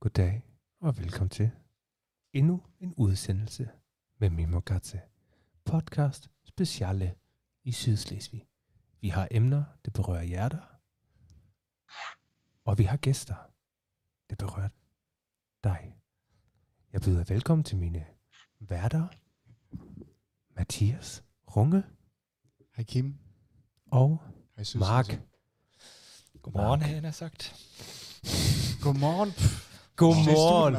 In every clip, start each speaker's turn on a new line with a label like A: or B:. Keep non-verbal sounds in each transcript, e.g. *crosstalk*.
A: Goddag og velkommen til endnu en udsendelse med Mimogatse. Podcast speciale i Sydslesvig. Vi har emner, det berører hjerter. Og vi har gæster, det berører dig. Jeg byder velkommen til mine værter, Mathias Runge
B: Hej Kim.
A: og
B: Hej Susie.
A: Mark.
C: Godmorgen,
A: Mark.
C: havde jeg nær sagt.
B: Godmorgen.
A: Godmorgen.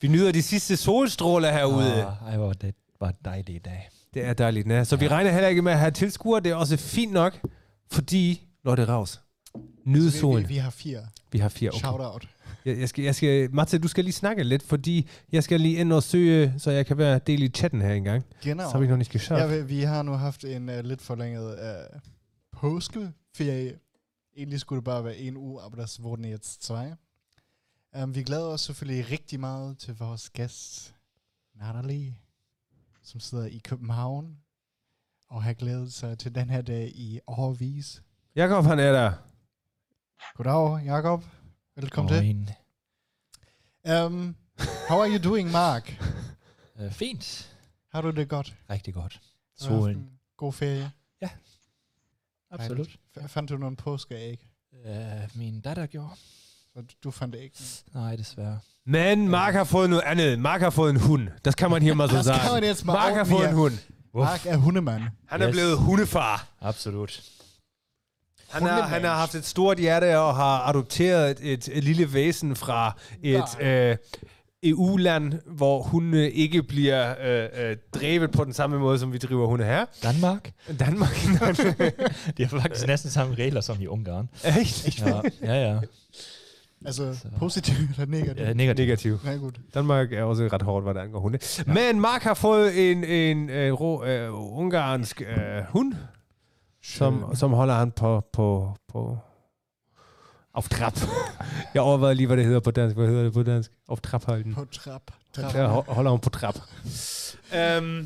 A: Vi nyder de sidste solstråler herude.
C: Ah, Ej, hvor det var dejligt i dag.
A: Det er dejligt, ja. Så vi regner heller ikke med at have tilskuere. Det er også fint nok, fordi Lotte Raus, nyd
B: Altså, Vi,
A: solen.
B: vi, vi har fire.
A: Vi har fire.
B: Okay.
A: Okay.
B: Shout out.
A: Jeg, jeg skal, jeg skal, Matze, du skal lige snakke lidt, fordi jeg skal lige ind og søge, så jeg kan være del i chatten her engang.
B: Genau.
A: Så har vi nok ikke
B: ja,
A: geschafft.
B: vi, vi har nu haft en uh, lidt forlænget uh, påskeferie. Egentlig skulle det bare være en uge, aber das wurden jetzt zwei. Um, vi glæder os selvfølgelig rigtig meget til vores gæst, Natalie, som sidder i København og har glædet sig til den her dag i årvis.
A: Jakob, han er der.
B: Goddag, Jakob. Velkommen til.
C: Godmorgen.
B: Um, how are you doing, Mark?
C: Øh, fint.
B: Har du det godt?
C: Rigtig godt.
B: Du har haft
C: Solen.
B: en God ferie.
C: Absolut.
B: F- fandt du nogle påskeæg?
C: Øh, min datter gjorde.
B: Så du- Du fandt ikke.
C: Nej, desværre.
A: Men Mark har fået noget andet. Mark har fået en hund. Det kan
B: *laughs*
A: man her mal so
B: Das kann man
A: Also sagen.
B: jetzt mal
A: Mark har
B: ordnen
A: fået en
B: hier.
A: hund. Uff.
B: Mark er hundemand.
A: Han er
C: Yes.
A: blevet hundefar.
C: Absolut.
A: Han, er, han har haft et stort hjerte og har adopteret et, et lille væsen fra et øh, EU-land, hvor hunde ikke bliver øh, øh, drevet på den samme måde, som vi driver hunde her.
C: Danmark?
A: Danmark.
C: *laughs* De har faktisk næsten samme regler som i Ungarn.
A: Echt?
C: Ja, ja. *laughs* ja.
B: Altså
C: Så.
B: Also positiv eller negativ?
C: ja negativt.
A: Negativ.
B: Ja, gut.
A: Danmark er også ret hårdt, hvad der angår hunde. Ja. Men Mark har fået en, en øh, rå, øh, ungarsk øh, hund, som, som holder han på, på, på auf trap. Jeg overvejede lige, hvad det hedder på dansk. Hvad hedder det på dansk? Auf trap holden.
B: På trap. trap.
A: Der ho- holder hun på trap. øhm,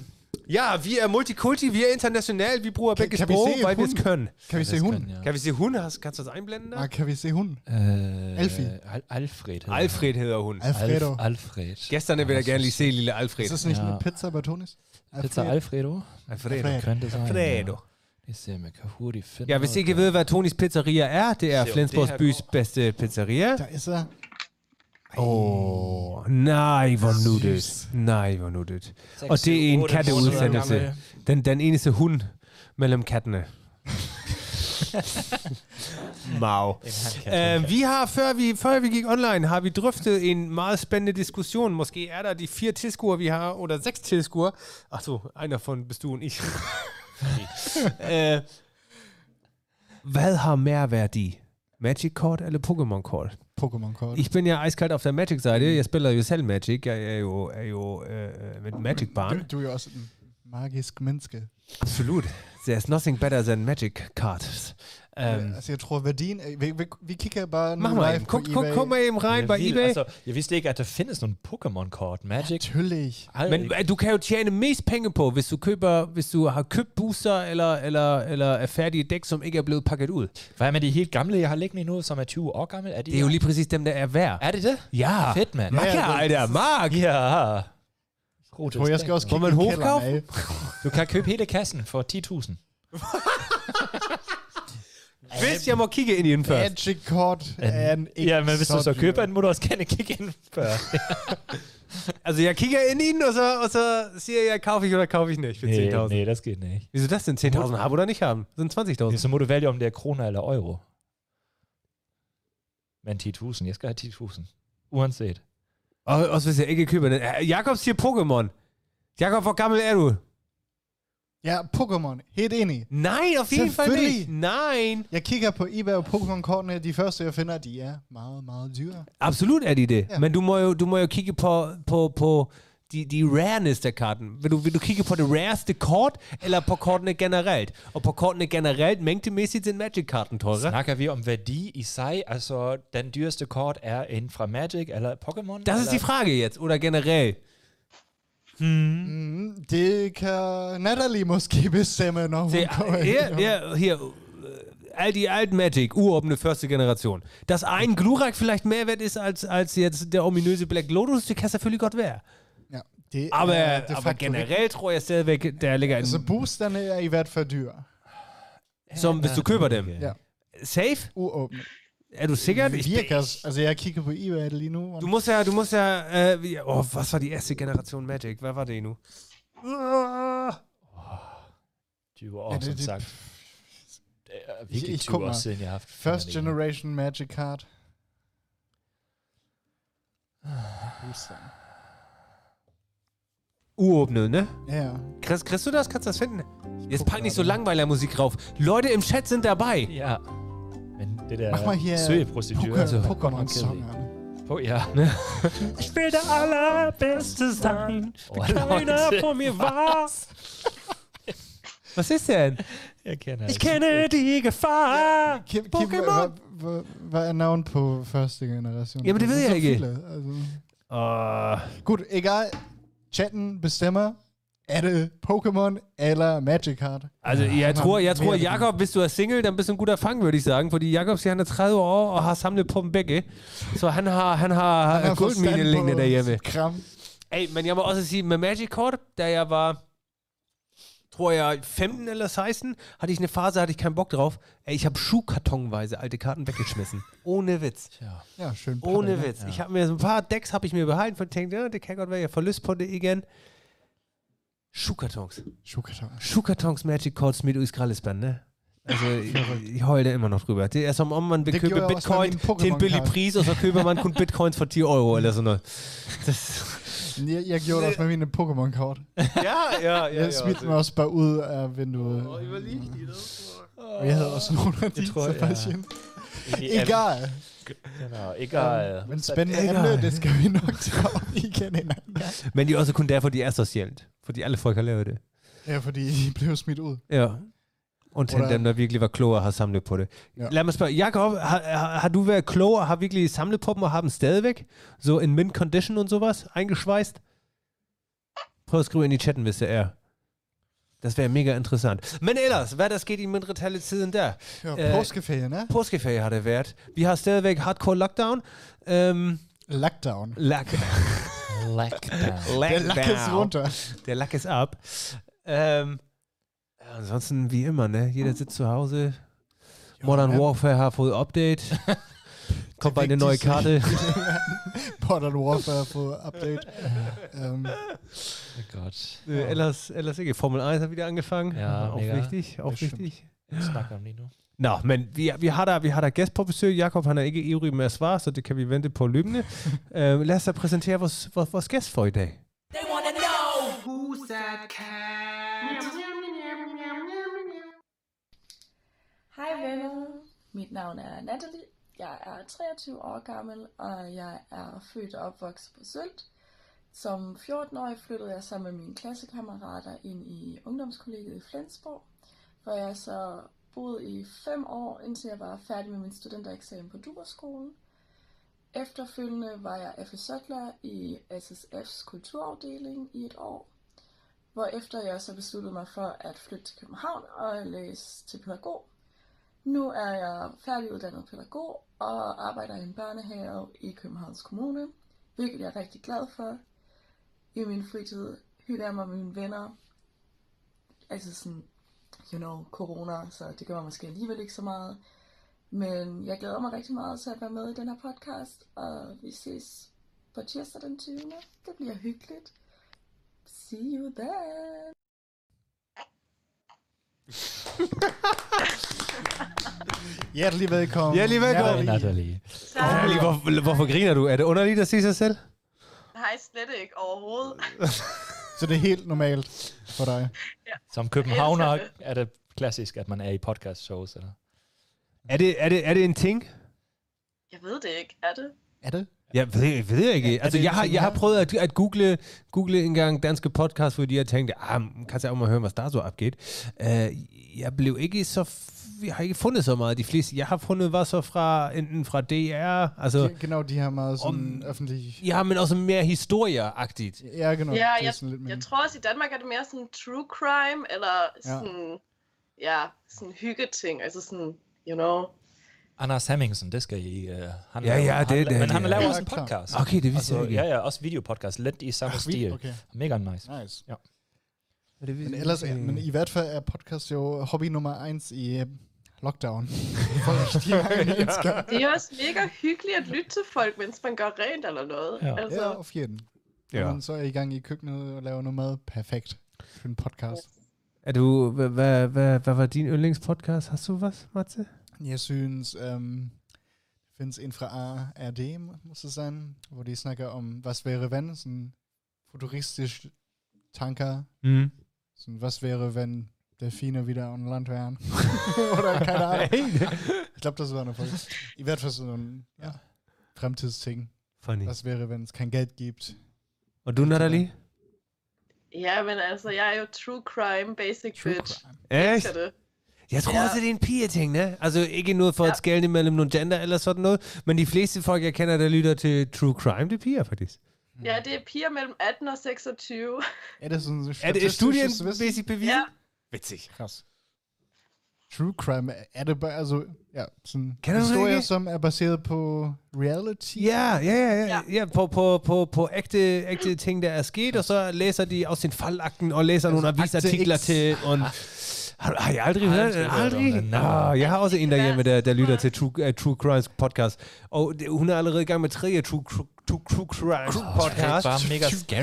A: Ähm, ja, vi er multikulti, vi er international, vi bruger
B: Kan-
A: begge
B: kan vi
A: sprog,
B: se
A: weil wir es
B: Hunden?
A: können.
B: Kan vi se hunden?
C: Ja.
A: Kan vi se hun? Hast- Kannst du das einblenden? da?
B: Mark, kan vi se hunden?
C: Øh,
B: Alfie.
C: Al- Alfred. hedder
A: Alfred hedder hun.
C: han.
B: Alfredo.
C: Alf- Alfred.
A: Gestern vil jeg gerne lige se lille Alfred.
B: Ist das nicht
C: Ja.
B: eine Pizza bei Tonis?
C: Pizza Alfredo.
A: Alfredo.
B: Alfredo.
C: Könnte sein.
A: Alfredo.
C: Ja. Det ser man kan hurtigt finde.
A: Ja, hvis I ikke ved, hvad Tonis Pizzeria er, det er
C: Se, om
A: Flensborgs
C: det her
A: bys bedste pizzeria.
B: Der ist er.
A: Åh, oh, nej, hvor nuttet.
B: Søs.
A: Nej, hvor nuttet. Og det er en
C: Otte
A: katteudsendelse.
C: måneder gammel.
A: Den, den eneste hund mellem kattene. *laughs* Mau. Uh, vi har, før vi, før vi gik online, har vi drøftet en meget spændende diskussion. Måske er der de fire tilskuere, vi har, oder seks tilskuere. Achso, einer von bist du und ich. *laughs* øh, hvad har mere værdi? Magic Kort eller Pokémon Kort?
B: Pokémon Call.
A: Ich bin ja eiskalt auf der Magic-Seite. Jeg spiller jo selv Magic. Jeg er jo, er jo øh, mit Magic-barn.
B: Du, du er jo også en magisk menneske.
A: Absolut. There's nothing better than magic cards. Um,
B: Altså, jeg tror, værdien... er- Vi, vi, vi kigger bare nu
A: mach mal
B: live
A: eben.
B: på
A: Guck, guck,
B: eBay.
A: guck mal eben rein bei
C: vil-
A: eBay.
C: Altså, jeg vidste ikke, at der findes nogle Pokémon-kort. Magic.
B: Natürlich.
C: Ej,
A: Men øh, du kan jo tjene mest penge på, hvis du køber, hvis du har købt booster eller, eller, eller er færdige dæk, som ikke er blevet pakket ud.
C: hvad med de helt gamle, jeg har liggende nu, som er 20 år gammel? Er de
A: Det er jo lige præcis dem, der er værd.
C: Er det det?
A: Ja.
B: Ah.
C: Fedt, mand.
A: Mark,
B: Ja, ja,
A: ja, Alter, Mark.
C: Ja.
B: Jeg tror, jeg skal også
A: Må
B: kigge
A: man
B: i
A: hofkaufen?
B: kælderen af.
C: Du kan købe hele kassen for 10.000.
A: Hvis jeg må kigge ind i den først.
B: Magic Card er en ikke
C: Ja, men hvis du så
B: dyr.
C: køber den, må du også gerne kigge ind
B: *laughs*
C: før.
A: Altså, jeg kigger ind i den, og så, og så siger jeg, kaufe ich oder kaufe ich nicht für 10.000.
C: nej, das geht nicht.
A: Wieso das denn? 10.000 haben oder nicht haben? Das sind 20.000.
C: Så må du vælge, om det er kroner eller euro. Men 10.000, jeg skal have 10.000. Uanset.
A: Og, også hvis jeg ikke køber den. Ja, Jakob siger Äh, Pokémon. Jakob, hvor gammel er du?
B: Ja, Pokémon. Helt enig.
A: Nej, auf jeden Fall
B: Selvfølgelig.
A: nicht. Nein.
B: Jeg kigger på eBay og Pokémon-kortene. De første, jeg finder, de er meget, meget dyre.
A: Absolut er de det. Ja.
B: Ja.
A: Men du må jo, du må jo kigge på, på, på de, de rareness af karten. Vil du, vil du kigge på det rareste kort, eller på kortene generelt? Og på kortene generelt, mængdemæssigt, sind Magic-karten teurer.
C: Snakker vi om værdi i sig? Altså, den dyreste kort er en fra Magic eller Pokémon?
A: Das ist die Frage jetzt, oder generell.
B: Mm, det kan Natalie måske bestemme, når hun *laughs*
A: Det,
B: kommer ind.
A: ja, ja, her, øh, all die alten Magic, uroffene erste Generation, dass ein Glurak vielleicht mehr wert ist als, als jetzt der ominöse Black Lotus, det kan selvfølgelig godt være.
B: Ja, Also, det
A: Aber,
B: er de
A: aber
B: facto rigtigt.
A: generelt tror jeg stadigvæk, der ligger en,
B: Altså boosterne er i hvert fald dyre. äh,
A: som hvis du køber dem.
B: Ja.
A: Safe?
B: Uåbne.
A: Er du sikker? Ich-
B: Virker, altså jeg kigger på eBay lige nu.
A: Du musst ja, du musst ja, äh, wie- oh, was war die erste Generation Magic? Wer war die nu?
B: Ah.
A: Uah.
C: 20
B: Ja,
C: år, ja,
B: det-
C: det, som
B: det-
C: sagt. Det er
B: Jeg-
C: virkelig
B: jeg
C: 20
B: kommer-
C: år siden, jeg har haft
B: First
C: fingrene i.
B: Generation Magic Card. Booster.
A: Uropener, ne?
B: Ja, ja.
A: Kriegst, kriegst du das? Kannst du das finden? Jetzt
B: guck
A: pack nicht so
B: gerade.
A: Langweiler-Musik rauf. Leute im Chat sind dabei.
C: Ja. Men det der
B: Mach mal hier
C: søgeprocedur.
B: Poké-
C: Altså,
B: Pokémon-songerne. *laughs*
C: på, ja.
A: Ich will der Allerbeste sein.
C: Oh, Leute.
A: mir was. Was ist denn?
C: Jeg kender
A: Ich
C: altså-
A: kenne die Gefahr.
B: Kim, Kim
A: Pokémon.
B: hvad, hvad, hvad er navn på første generation?
A: Jamen, det ved
B: er
A: jeg
B: så
A: ikke.
B: Viele, altså.
A: Åh.
B: Gut, egal. Chatten bestemmer, er det Pokémon eller Magic Card?
A: Altså,
B: Ja,
A: jeg
B: men
A: tror, jeg tror
B: mere-
A: Jakob, hvis du er single, dann bist du en god erfang, würde ich sagen. Fordi Jakob siger, han er 30 år og har samlet på dem begge. Så han har, han har, han har
B: forstand
A: guldmine liggende
B: på
A: derhjemme.
B: Kram.
A: Ey, men jeg må også sige, med Magic Court, da jeg var, tror jeg, 15 oder 16, hatte ich eine Phase, hatte ich keinen Bock drauf. Ey, ich habe schuhkartonweise alte Karten weggeschmissen. Ohne Witz.
C: Ja.
B: Ja, schön.
A: Ohne
B: Paddel,
A: Witz. Ich habe mir so ein paar Decks habe ich mir behalten von denkt, ja, der Kerkert wäre ja Verlustpotte igen. Schuhkartons.
B: ne? Schuhkarton.
A: Schuhkartons Magic Courts mit Uiskralisband, ne? Also, ich, ich heule da immer noch drüber. Det er som om, man vil
B: Det
A: købe
B: gjorde jeg også med
A: bitcoin
B: mine
A: til en billig
B: Pokémon-kort.
A: pris, og så køber man kun bitcoins for 10 euro eller sådan noget. Det,
B: Jeg, jeg gjorde det også med mine Pokémon-kort.
A: *laughs* ja, ja, ja.
B: Jeg smidte mig også bare ud af vinduet.
A: Åh, Oh, überleg dir das.
B: Og jeg havde også nogle af de,
C: Det tror jeg,
B: Sebastian.
C: Egentlig er-
B: Egal.
C: Nå, egal.
B: Um, Men spændende
A: Egal.
B: emne, det skal vi nok tage op igen en anden.
A: Men det er også kun derfor, de er så sjældent. Fordi alle folk har lavet det.
B: Ja, fordi de blev smidt ud.
A: Ja. Undtagen
B: Hvordan-
A: dem, der virkelig var kloge og har samlet på det.
B: Ja.
A: Ja. Lad mig spørge, Jakob, har, har, har du været klog og har virkelig samlet på dem og har dem stadigvæk? Så in mint condition und sowas? Eingeschweißt? Prøv at skrive ind i chatten, hvis det er. Das wäre mega interessant. Men ellers, hvad der skete i mindre tallet siden der?
B: Ja,
A: Øh,
B: påskeferien, ja?
A: Påskeferie har det været. Vi har stadigvæk hardcore lockdown. Øhm,
B: Lockdown.
A: lack,
C: Lockdown.
B: Der lakkes runter.
A: Der Lack ist ab. Ähm, ja, ansonsten wie immer, ne? Jeder sitzt zu Hause. Modern
B: ja.
A: Warfare hat wohl Update. Kommt bald eine neue Karte.
B: Modern Warfare har fået update. Um,
C: Godt.
A: Äh, Ellas, Ellas Ege, Formel 1 hat wieder angefangen.
C: Ja,
A: auch
C: mega.
A: wichtig, auch
B: Das stimmt.
A: wichtig.
C: Jeg snakker om lige nu.
A: Nå, men vi, vi har der, vi har der gæst på besøg. Jakob, han er ikke ivrig med at svare, så det kan vi vente på løbende. uh, lad os da præsentere vores, vores, vores gæst for i dag.
D: They want to know.
E: Hej venner, mit navn er Natalie, jeg er 23 år gammel, og jeg er født og opvokset på Sylt. Som 14-årig flyttede jeg sammen med mine klassekammerater ind i ungdomskollegiet i Flensborg, hvor jeg så boede i 5 år, indtil jeg var færdig med min studentereksamen på Duberskolen. Efterfølgende var jeg FSØtler i SSF's kulturafdeling i et år, hvorefter jeg så besluttede mig for at flytte til København og læse til pædagog. Nu er jeg færdiguddannet pædagog og arbejder i en børnehave i Københavns Kommune, hvilket jeg er rigtig glad for. I min fritid hygger jeg mig med mine venner. Altså sådan, you know, corona, så det gør mig måske alligevel ikke så meget. Men jeg glæder mig rigtig meget til at være med i den her podcast, og vi ses på tirsdag den 20. Det bliver hyggeligt. See you then!
B: hjertelig velkommen.
A: Hjertelig velkommen.
B: Natalie.
C: Natalie.
A: Natalie, hvor, hvorfor griner du? Er det underligt at se sig selv?
D: Nej, slet ikke overhovedet.
B: Så det er helt normalt for dig.
C: Som københavner er det klassisk, at man er i podcast shows. Eller?
A: Er det, er det, er det en ting?
D: Jeg ved det ikke, er det?
B: Er det?
A: Jeg ved, ved jeg ikke.
B: er
A: Altså,
B: det
A: jeg
B: en
A: har,
B: ting,
A: jeg har
B: ja?
A: prøvet at, at google, google engang danske podcast, fordi jeg tænkte, ah, kan jeg jo mal høre, hvad der så abgeht. Uh, jeg blev ikke så... f- Jeg har ikke fundet så meget de fleste. Jeg har fundet hvad så fra, enten fra DR, altså...
B: Ge- Genau, de her meget sådan
A: Om-
B: offentlige...
A: Ja, men også mere historieagtigt.
B: Ja, genau.
D: Ja,
B: det er sådan lidt
D: Jeg
B: mindre.
D: tror også, i Danmark er det mere sådan true crime, eller sådan, ja, ja sådan hyggeting, altså sådan you know.
C: Anders Hemmingsen, det skal I... Uh, han
A: Ja,
C: laver-
A: ja,
C: han,
A: det- det-
C: Men han
A: det-
C: laver
B: Ja,
C: også en
B: klar.
C: podcast.
A: Okay, det vidste
C: altså,
A: jeg ikke.
C: Ja, ja, også videopodcast. Lidt i samme
B: Ach,
C: stil.
B: Ah, vi, okay,
C: Mega nice.
B: nice.
A: Det
B: Men ellers, ja, men i hvert Fald er podcast jo Hobby Nummer 1 i øh, Lockdown. *laughs* For rigtig mange mennesker.
D: Det er også mega hyggeligt at lytte til folk, mens man gør rent eller noget.
C: Ja.
D: Altså,
B: Ja, og fjenden. Ja.
A: ja.
B: Men så er I i gang i køkkenet og laver noget mad. Perfekt. For en podcast.
A: Er du, hvad, hvad, hvad, hvad var din yndlingspodcast? Har du hvad, Matze?
B: Jeg synes, øhm, findes en fra ARD, muss es sein, hvor de snakker om, um was wäre wenn, sådan futuristisch Tanker,
A: Mm.
B: sådan, was wäre wenn Delfine wieder an Land wären. *laughs* Oder keine Ahnung. Ich glaube, das war eine Folge. Ich werde fast so ein ja, fremdes Ding.
A: Funny.
B: Was wäre, wenn es kein Geld gibt?
A: Og du, Natalie?
D: ja, men altså, jeg er jo true crime basic
B: True
D: bitch.
B: Crime.
A: Echt?
D: Elsker det.
A: Jeg tror
D: Ja.
A: også, det er en pigeting, ne? Altså ikke noget for ja.
D: Ja.
A: at skælne mellem nogle gender eller sådan noget, men de fleste folk, jeg kender, der lytter til true crime, det er piger faktisk.
D: Ja, det er piger mellem 18 og 26.
B: Ja, das ist ein
A: Er det
B: statistisches Wissen.
A: studienmæssigt bevist?
D: Ja.
A: Witzig.
B: Krass. True crime äh, er det bare, altså, also, ja, sådan
A: Kender du det
B: historier,
A: ikke?
B: som er baseret på reality.
A: Ja, ja, ja, ja.
D: Ja.
A: ja på, på, på, på ægte, ægte ting, der er sket, og så læser de også sin faldakten og læser nogle
B: Altså, Akte
A: avisartikler
B: X.
A: til. Og, har, har jeg aldrig hørt
C: Aldrig
A: det?
C: hørt om
A: Aldrig?
C: den, nej.
A: Ah, jeg har også en derhjemme, der, der lytter
D: Ja.
A: til True, uh, true Crimes podcast, Oh, og det, hun er allerede i gang med tredje True, true, true, true
C: Oh,
A: Crimes podcast.
C: Det er bare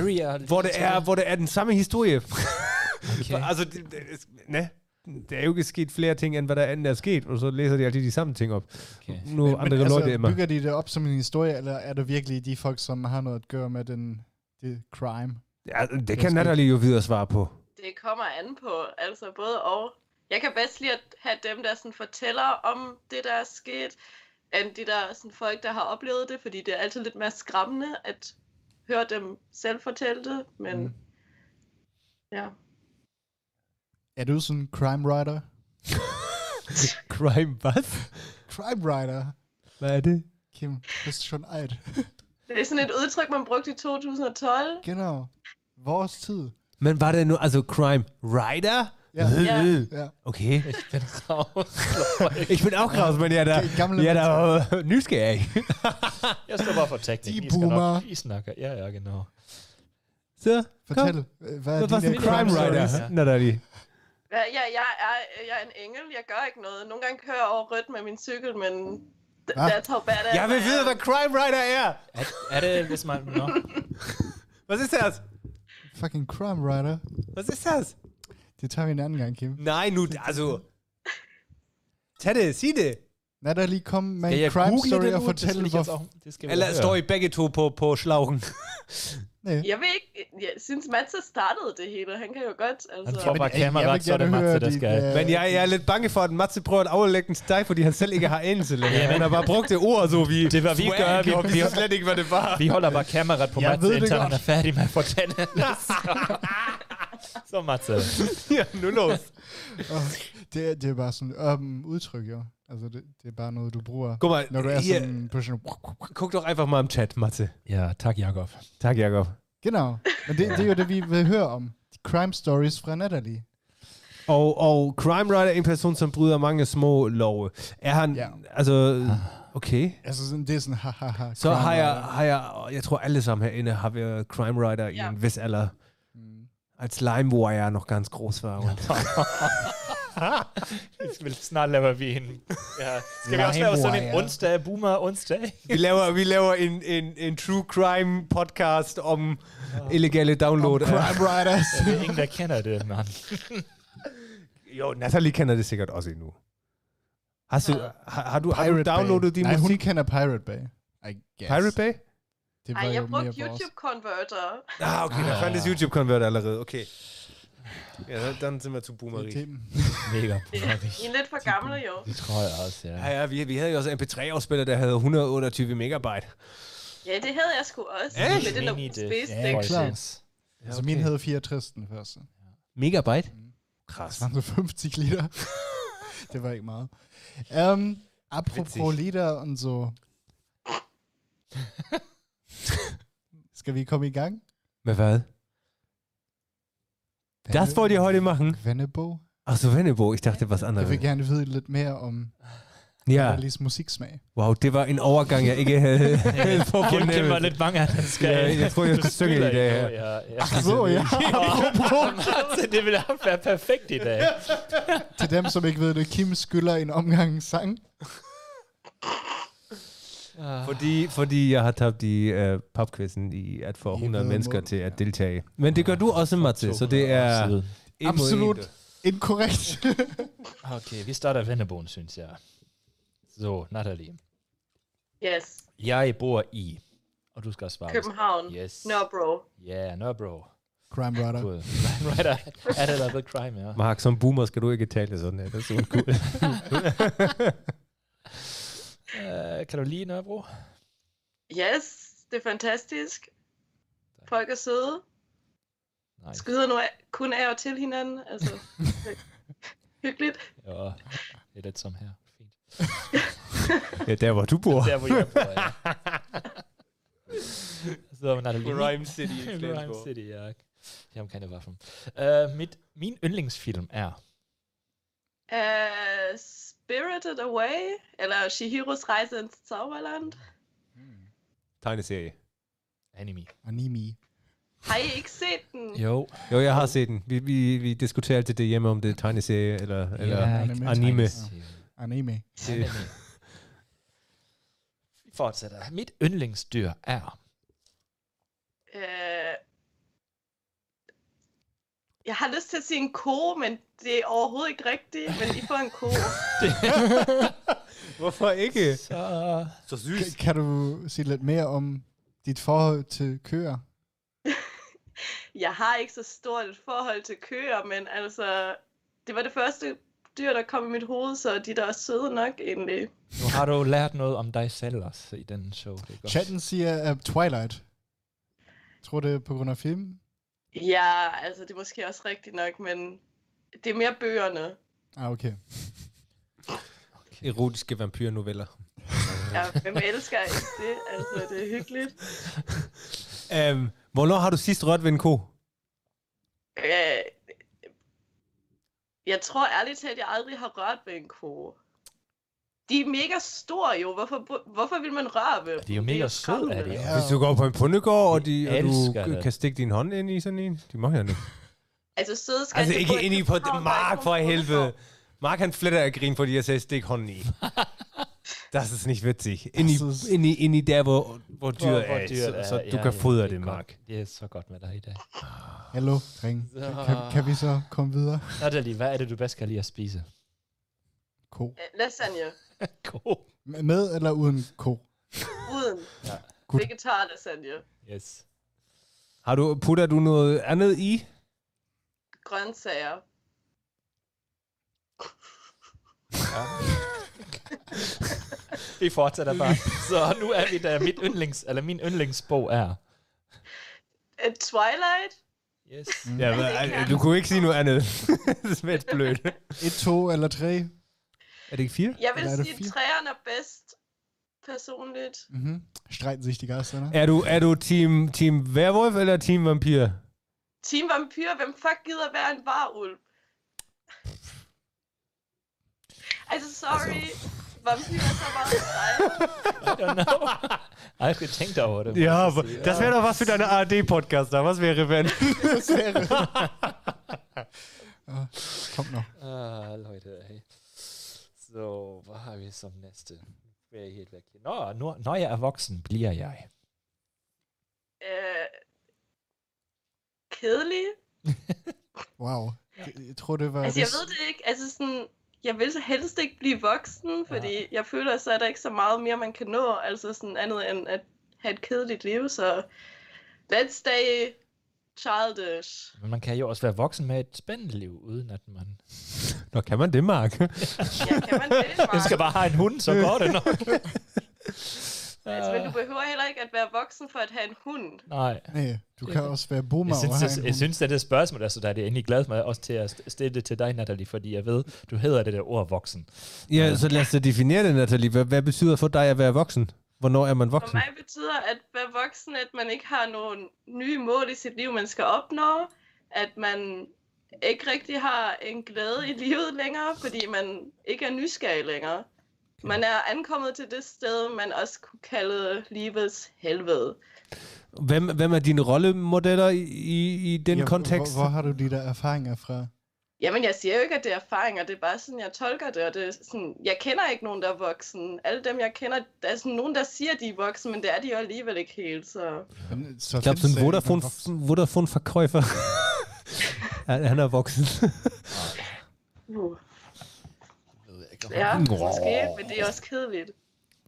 C: mega scary. at
A: hvor det
C: lytte til.
A: er, hvor det er den samme historie.
C: *laughs* Okay.
A: altså, det, det, ne, der er jo ikke sket flere ting, end hvad der andet er sket, og så læser de altid de samme ting op.
C: Okay.
A: Nu men, andre
B: altså,
A: Leute immer.
B: Bygger de det op som en historie, eller er det virkelig de folk, som har noget at gøre med den det crime?
A: Ja, det
B: sket.
A: kan Natalie jo videre svare på.
D: Det kommer an på, altså både og. Jeg kan bedst lide at have dem, der sådan fortæller om det, der er sket, end de der sådan folk, der har oplevet det, fordi det er altid lidt mere skræmmende at høre dem selv fortælle det, men
B: Mm.
D: mm. ja.
B: Er du sådan en crime writer?
A: *laughs* Crime hvad?
B: Crime writer?
A: Hvad er det?
B: Kim, du bist schon alt.
D: Det er sådan et udtryk, man brugte i 2012.
B: genau. Vores tid.
A: Men var det nu, altså also Crime Rider?
B: Ja.
A: Øh,
B: Ja.
A: Okay.
C: Ich bin raus.
A: *laughs* Ich bin auch raus, men jeg er da,
B: Okay, gamle
A: jeg er da øh, nysgerrig.
C: Jeg står bare for teknik.
B: De
C: I skal nok-
B: boomer.
C: I snakker. Ja, ja, genau.
A: Så,
B: Fortæl, øh, hvad er
A: Hvad var
B: dine
A: sådan en Crime
B: stories?
A: Rider, Natalie?
D: Ja, ja, jeg, er, jeg er en engel, jeg gør ikke noget. Nogle gange kører jeg over rødt med min cykel, men d-
B: Hva?
D: that's how bad
A: Jeg vil vide, hvad Crime Rider er.
C: Er, er det, hvis man... Nå.
A: Hvad er det?
B: Fucking crime writer.
A: Hvad er det?
B: Det tager vi en anden gang, Kim.
A: Nej, nu, altså... Tag det, sig det.
B: Natalie, kom med
C: Skal
B: en
C: jeg
B: crime
C: google
B: story
C: det
B: og
C: nu? Det
B: fortæl,
C: skal jeg
B: hvor...
C: jetzt auch- det skal vi
A: Eller
C: høre.
A: står I begge to på, på slagen?
D: Jeg ved ikke, jeg synes, Mads har startet det hele, han kan jo godt,
C: Han
D: altså.
C: får bare
B: øh, jeg vil
C: kameraet, så er det
B: gerne
C: Matze,
B: høre
C: der
B: dit,
C: skal...
B: øh,
A: Men jeg, jeg er lidt bange for, at Matze prøver at aflægge en steg, fordi han selv ikke har anelse længere.
C: Jamen.
A: Han har bare brugt det ord, så vi...
C: Det var vi
A: swag,
C: gør, vi-
A: og
C: vi-
A: vidste slet ikke, hvad det var.
C: Vi holder bare kameraet på
B: Jeg ved
C: Matze,
B: det
C: indtil han
B: godt.
C: er færdig med at fortælle. *laughs* så Matze.
A: *laughs* ja, nu los.
B: Åh, *laughs* det, er- det er bare sådan øhm, udtryk, jo. Altså, det, det er bare noget, du bruger,
A: Guck mal,
B: når du er
A: hier,
B: sådan på sådan...
A: guck doch einfach mal im Chat, Matze.
C: Ja, tak Jakob. *laughs*
A: Tak, Jakob.
B: Genau. Men det, det er jo det, vi vil høre om. De crime stories fra Natalie.
A: Og, og Oh, Crime Rider er en person, som bryder mange små love. Er han...
B: Ja.
A: Altså... Okay.
B: Altså, sådan, det er sådan, ha, ha, ha.
A: Så
B: crime
A: har jeg,
B: writer.
A: har jeg, og jeg tror alle sammen herinde har været Crime Rider i
D: Ja.
A: en vis alder.
B: Mhm.
A: Als LimeWire noch ganz groß war. Und
C: Jeg vil snart lave vi en... Ja. Skal vi også
B: Lime
C: lave sådan en
B: wire.
C: onsdag, boomer onsdag?
A: vi laver, vi laver en, en, en true crime podcast om illegale download.
B: Crime writers.
C: Det er ingen, der kender det, mand.
A: jo, Natalie kender det sikkert også endnu. Hast du, har, har, du, har du
B: Ah. Pirate Bay.
A: downloadet din
B: Nej, hun
A: musik?
B: kender Pirate Bay. I guess.
A: Pirate Bay?
B: Det var
D: Ej,
B: jo
D: jeg brugte
B: mere vores.
D: YouTube-converter.
A: Ah, okay, der
C: Ah.
A: fandtes YouTube-konverter allerede. Okay. Ja, dann sind wir zu boomerig.
B: Det,
C: Mega
D: I er lidt for gamle, jo.
C: Det tror jeg også, ja.
A: Ja, ja, vi, vi havde jo også en MP3-afspiller, der havde 128 megabyte.
D: Ja, det havde jeg sgu også.
A: Echt?
D: Med den der space
C: Ja,
D: thing.
B: klar.
C: præcis.
B: altså, min havde 64 den første.
A: Megabyte?
B: Mhm.
A: Krass.
B: Det var så
A: *laughs*
B: 50 Liter. det var ikke meget. Um, apropos
A: Witzig.
B: Lieder
A: *laughs*
B: und so. Skal vi komme i gang?
A: Med hvad? Das wollt ihr heute machen?
B: Vennebo?
A: Ach so, Vennebo, ich dachte was
B: Jeg
A: anderes.
B: vil gerne vide lidt mere om Ja.
A: Ja,
B: um Alice musiksmag.
A: wow, det var en overgang, jeg ikke havde havde på
C: Kim, Kim var
A: fornemmelsen.
C: lidt bange, at han skal...
A: øh, Ja, jeg
C: *laughs*
A: tror, jeg skal synge i
C: spiller
A: dag.
C: endnu, Ja,
A: *laughs*
C: ja.
B: Så ja,
C: *laughs* Så det ville have været perfekt i dag.
B: til dem, som ikke ved det, Kim skylder en omgang sang.
A: Fordi, fordi jeg har tabt i uh, popquizzen i at få
B: I
A: 100
B: ved
A: mennesker
B: måden,
A: til at
B: ja.
A: deltage. Men det gør du også, Mathias, så det er... en mod en.
B: Absolut
C: *laughs*
B: inkorrekt.
C: Okay, vi starter Vennebogen, synes jeg. Så, Natalie.
D: Yes.
C: Jeg bor i... Og du skal svare.
D: København.
C: Yes.
D: Nørrebro.
C: Ja, yeah, Nørrebro.
B: Crime Rider.
C: Cool. *laughs* right, uh, er det der ved crime, ja.
A: Mark, som boomer skal du ikke tale sådan her. Det er sådan cool.
C: Uh, kan du lide Nørrebro?
D: Yes, det er fantastisk. Folk er søde.
C: Nej.
D: Skyder nu af, kun af og til hinanden.
B: *laughs*
D: Altså, hyggeligt.
C: Ja, det er lidt som her. Fint.
A: ja, der hvor du bor.
C: Der, hvor jeg bor,
A: *laughs*
C: ja. Så, Natalie.
F: Rhyme City
C: *laughs*
F: i
C: Rhyme
F: Flensborg.
C: City, ja. Die haben keine Waffen. Äh, mit, mein Yndlingsfilm er.
D: Uh, Spirited Away, eller Shihiros rejse ins Zauberland.
A: Tegneserie.
C: Anime.
B: Anime.
D: Har I ikke set den?
C: Jo.
A: Jo, jeg har set den. Vi, vi, vi diskuterer altid det hjemme, om det er tegneserie eller, ja. eller
C: *laughs*
B: anime.
A: anime.
B: Anime.
A: Det-
C: Anime. Vi fortsætter. Mit yndlingsdyr er...
D: Øh, jeg har lyst til at sige en ko, men det er overhovedet ikke rigtigt. Men I får en ko.
A: Hvorfor ikke?
C: Så...
F: Så süß.
B: Kan- Kan du sige lidt mere om dit forhold til køer?
D: Jeg har ikke så stort et forhold til køer, men altså, det var det første dyr, der kom i mit hoved, så de der er søde nok egentlig.
C: Nu har du lært noget om dig selv også i den show. Det er godt.
B: Chatten siger uh, Twilight. Tror det er på grund af filmen?
D: Ja, altså, det er måske også rigtigt nok, men det er mere bøgerne.
B: Ah, okay.
A: Erotiske vampyrnoveller.
D: Ja, hvem elsker ikke det? Altså, det er hyggeligt.
A: Um, hvornår har du sidst rørt ved en ko?
D: Øh, jeg tror ærligt talt, at jeg aldrig har rørt ved en ko. De er mega store jo. Hvorfor, hvorfor vil man røre ved dem?
C: De er jo mega søde, er de
D: skræmmende.
C: jo.
B: Ja.
A: Hvis du går på en pundegård, og, de,
C: De
A: og du
C: elsker det.
A: kan stikke din hånd ind i sådan en, de må gerne.
D: Altså søde skal
A: Altså ikke ind i på Mark for helvede. Mark han fletter af grin, fordi jeg sagde, stik hånden *laughs* i. Das ist nicht witzig. Ind i,
B: Das ist-
A: ind i, ind i der, hvor, hvor dyr
C: Hvor- hvor
A: er,
C: dyrt
A: så, så
C: er-
A: du
C: ja,
A: kan
C: ja,
A: fodre
C: er
A: det,
C: godt.
A: Mark.
C: Det er så godt med dig i dag.
B: Hallo, ring. Kan, kan vi så komme videre?
C: Natalie, hvad er det, du bedst kan lide at
A: *laughs*
C: spise?
B: Ko.
D: Øh, Lasagne.
C: God.
B: M- Med eller uden ko?
D: Uden.
B: Gut.
D: Vegetar lasagne.
C: Yes.
A: Har du, putter du noget andet i?
D: Grøntsager.
C: Vi fortsætter bare. *laughs* Så nu er vi der. Mit yndlings, eller min yndlingsbog er...
D: Øh, Twilight.
C: *laughs* Yes.
A: Ja, äh,
D: kan-
A: du kunne ikke sige noget *laughs* andet. det er svært blødt.
B: Et, to eller tre?
A: Er det ikke fire?
D: Jeg vil
B: Eller er det
D: sige, at
B: fire?
D: træerne er bedst. Personligt.
B: Mhm. Streiten sich die Geister, ne?
A: Er du, er du team, team Werwolf eller team Vampir?
D: Team Vampyr, hvem fuck gider være en varulv? Altså, sorry. Vampyr er så meget sejt.
C: Aldrig tænkt over det.
A: Ja, aber das wäre doch was für deine ARD-Podcast da. Was wäre, wenn?
B: Kommt noch.
C: *laughs* Ah, Leute, ey. So, was haben wir zum Nächste? Wer geht weg? No, nur neue Erwachsen, bliver jeg.
D: Øh, kedelig.
B: Wow. Jeg tror, det var...
D: Altså, jeg ved det ikke. Altså, sådan, jeg vil så helst ikke blive voksen, fordi ja. jeg føler, så er der ikke så meget mere, man kan nå. Altså, sådan andet end at have et kedeligt liv, så... Let's stay childish.
C: Men man kan jo også være voksen med et spændende liv, uden at man...
A: Nå, kan man det, Mark?
D: Ja, kan man det,
C: Jeg skal
D: Mark?
C: bare have en hund, så går det nok.
D: Altså, men du behøver heller ikke at være voksen for at have en hund.
C: *laughs* Nej.
B: Nej, du kan også være boomer
C: Jeg
B: og
C: synes,
B: have
C: det,
B: en
C: jeg
B: hund.
C: synes, det er det spørgsmål, altså, der er det endelig glad med, også til at st- stille det til dig, Natalie, fordi jeg ved, du hedder det der ord voksen.
A: Ja, så lad os da definere det, Natalie. Hvad, hvad betyder for dig at være voksen? Hvornår er man
D: For
A: voksen?
D: mig betyder at være voksen, at man ikke har nogen nye mål i sit liv, man skal opnå. At man ikke rigtig har en glæde i livet længere, fordi man ikke er nysgerrig længere.
A: Ja.
D: Man er ankommet til det sted, man også kunne kalde livets helvede.
A: Hvem, hvem er dine rollemodeller i, i, i den
B: Ja,
A: ja, kontekst?
B: Hvor, hvor har du de der erfaringer fra?
D: Jamen, jeg siger jo ikke, at det er erfaringer, det er bare sådan, jeg tolker det, og det er sådan, jeg kender ikke nogen, der er voksen. Alle dem, jeg kender, der er sådan nogen, der siger, at de er voksen, men det er de jo alligevel ikke helt, så...
B: Men, så
A: ich glaube, so
B: findes
A: ein
B: der ikke
A: Vodafone,
B: nogen voksen-
A: *laughs* Vodafone-Verkäufer. Äh, Han han er voksen.
D: Uh,
C: Jeg ved ikke, om
D: ja,
A: Nå.
D: måske, men det er også kedeligt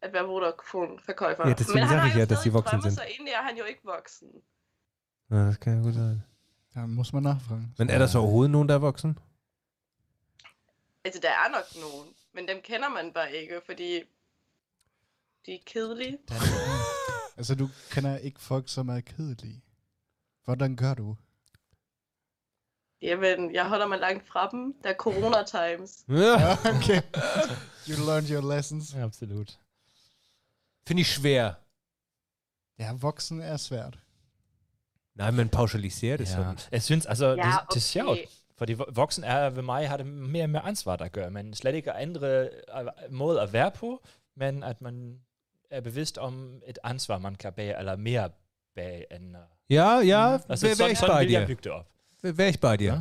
D: at være Vodafone forkøjfer.
A: Ja, det synes
D: men han
A: jeg
D: har
A: ikke,
D: jo
A: at de er
D: stadig
A: voksen
D: drømme,
A: sind.
D: så egentlig er han jo ikke voksen.
A: Ja, das kann ja gut sein.
B: Da muss man
A: *laughs*
B: nachfragen.
A: Men er der så overhovedet nogen, der er voksen?
D: Altså, der er nok nogen, men dem kender man bare ikke, fordi de er kedelige.
B: Der er nogen. altså, Also, du kender ikke folk, som er kedelige. Hvordan gør
A: *laughs*
B: du?
D: Jamen, jeg holder mig langt fra dem. Der er corona times.
A: Ja.
B: Okay. You learned your lessons.
C: Ja, absolut.
A: Finde ich schwer.
B: Ja, voksen er svært.
A: Nein, man pauschalisiert det
C: Ja.
A: sådan.
C: Jeg synes, altså, ja, det,
D: Ja,
C: det er sjovt.
D: okay.
C: Fordi vo- voksen er ved mig, har det mere med ansvar at gøre. Man slet ikke andre øh, måder at være på, men at man er bevidst om et ansvar, man kan bære, eller mere bære end... øh,
A: Ja, ja,
C: Altså,
A: wäre wär
C: sådan,
A: ich
C: sådan
A: bei
C: vil jeg
A: dir.
C: bygge det op.
A: Wäre ich bei dir.
C: Ja.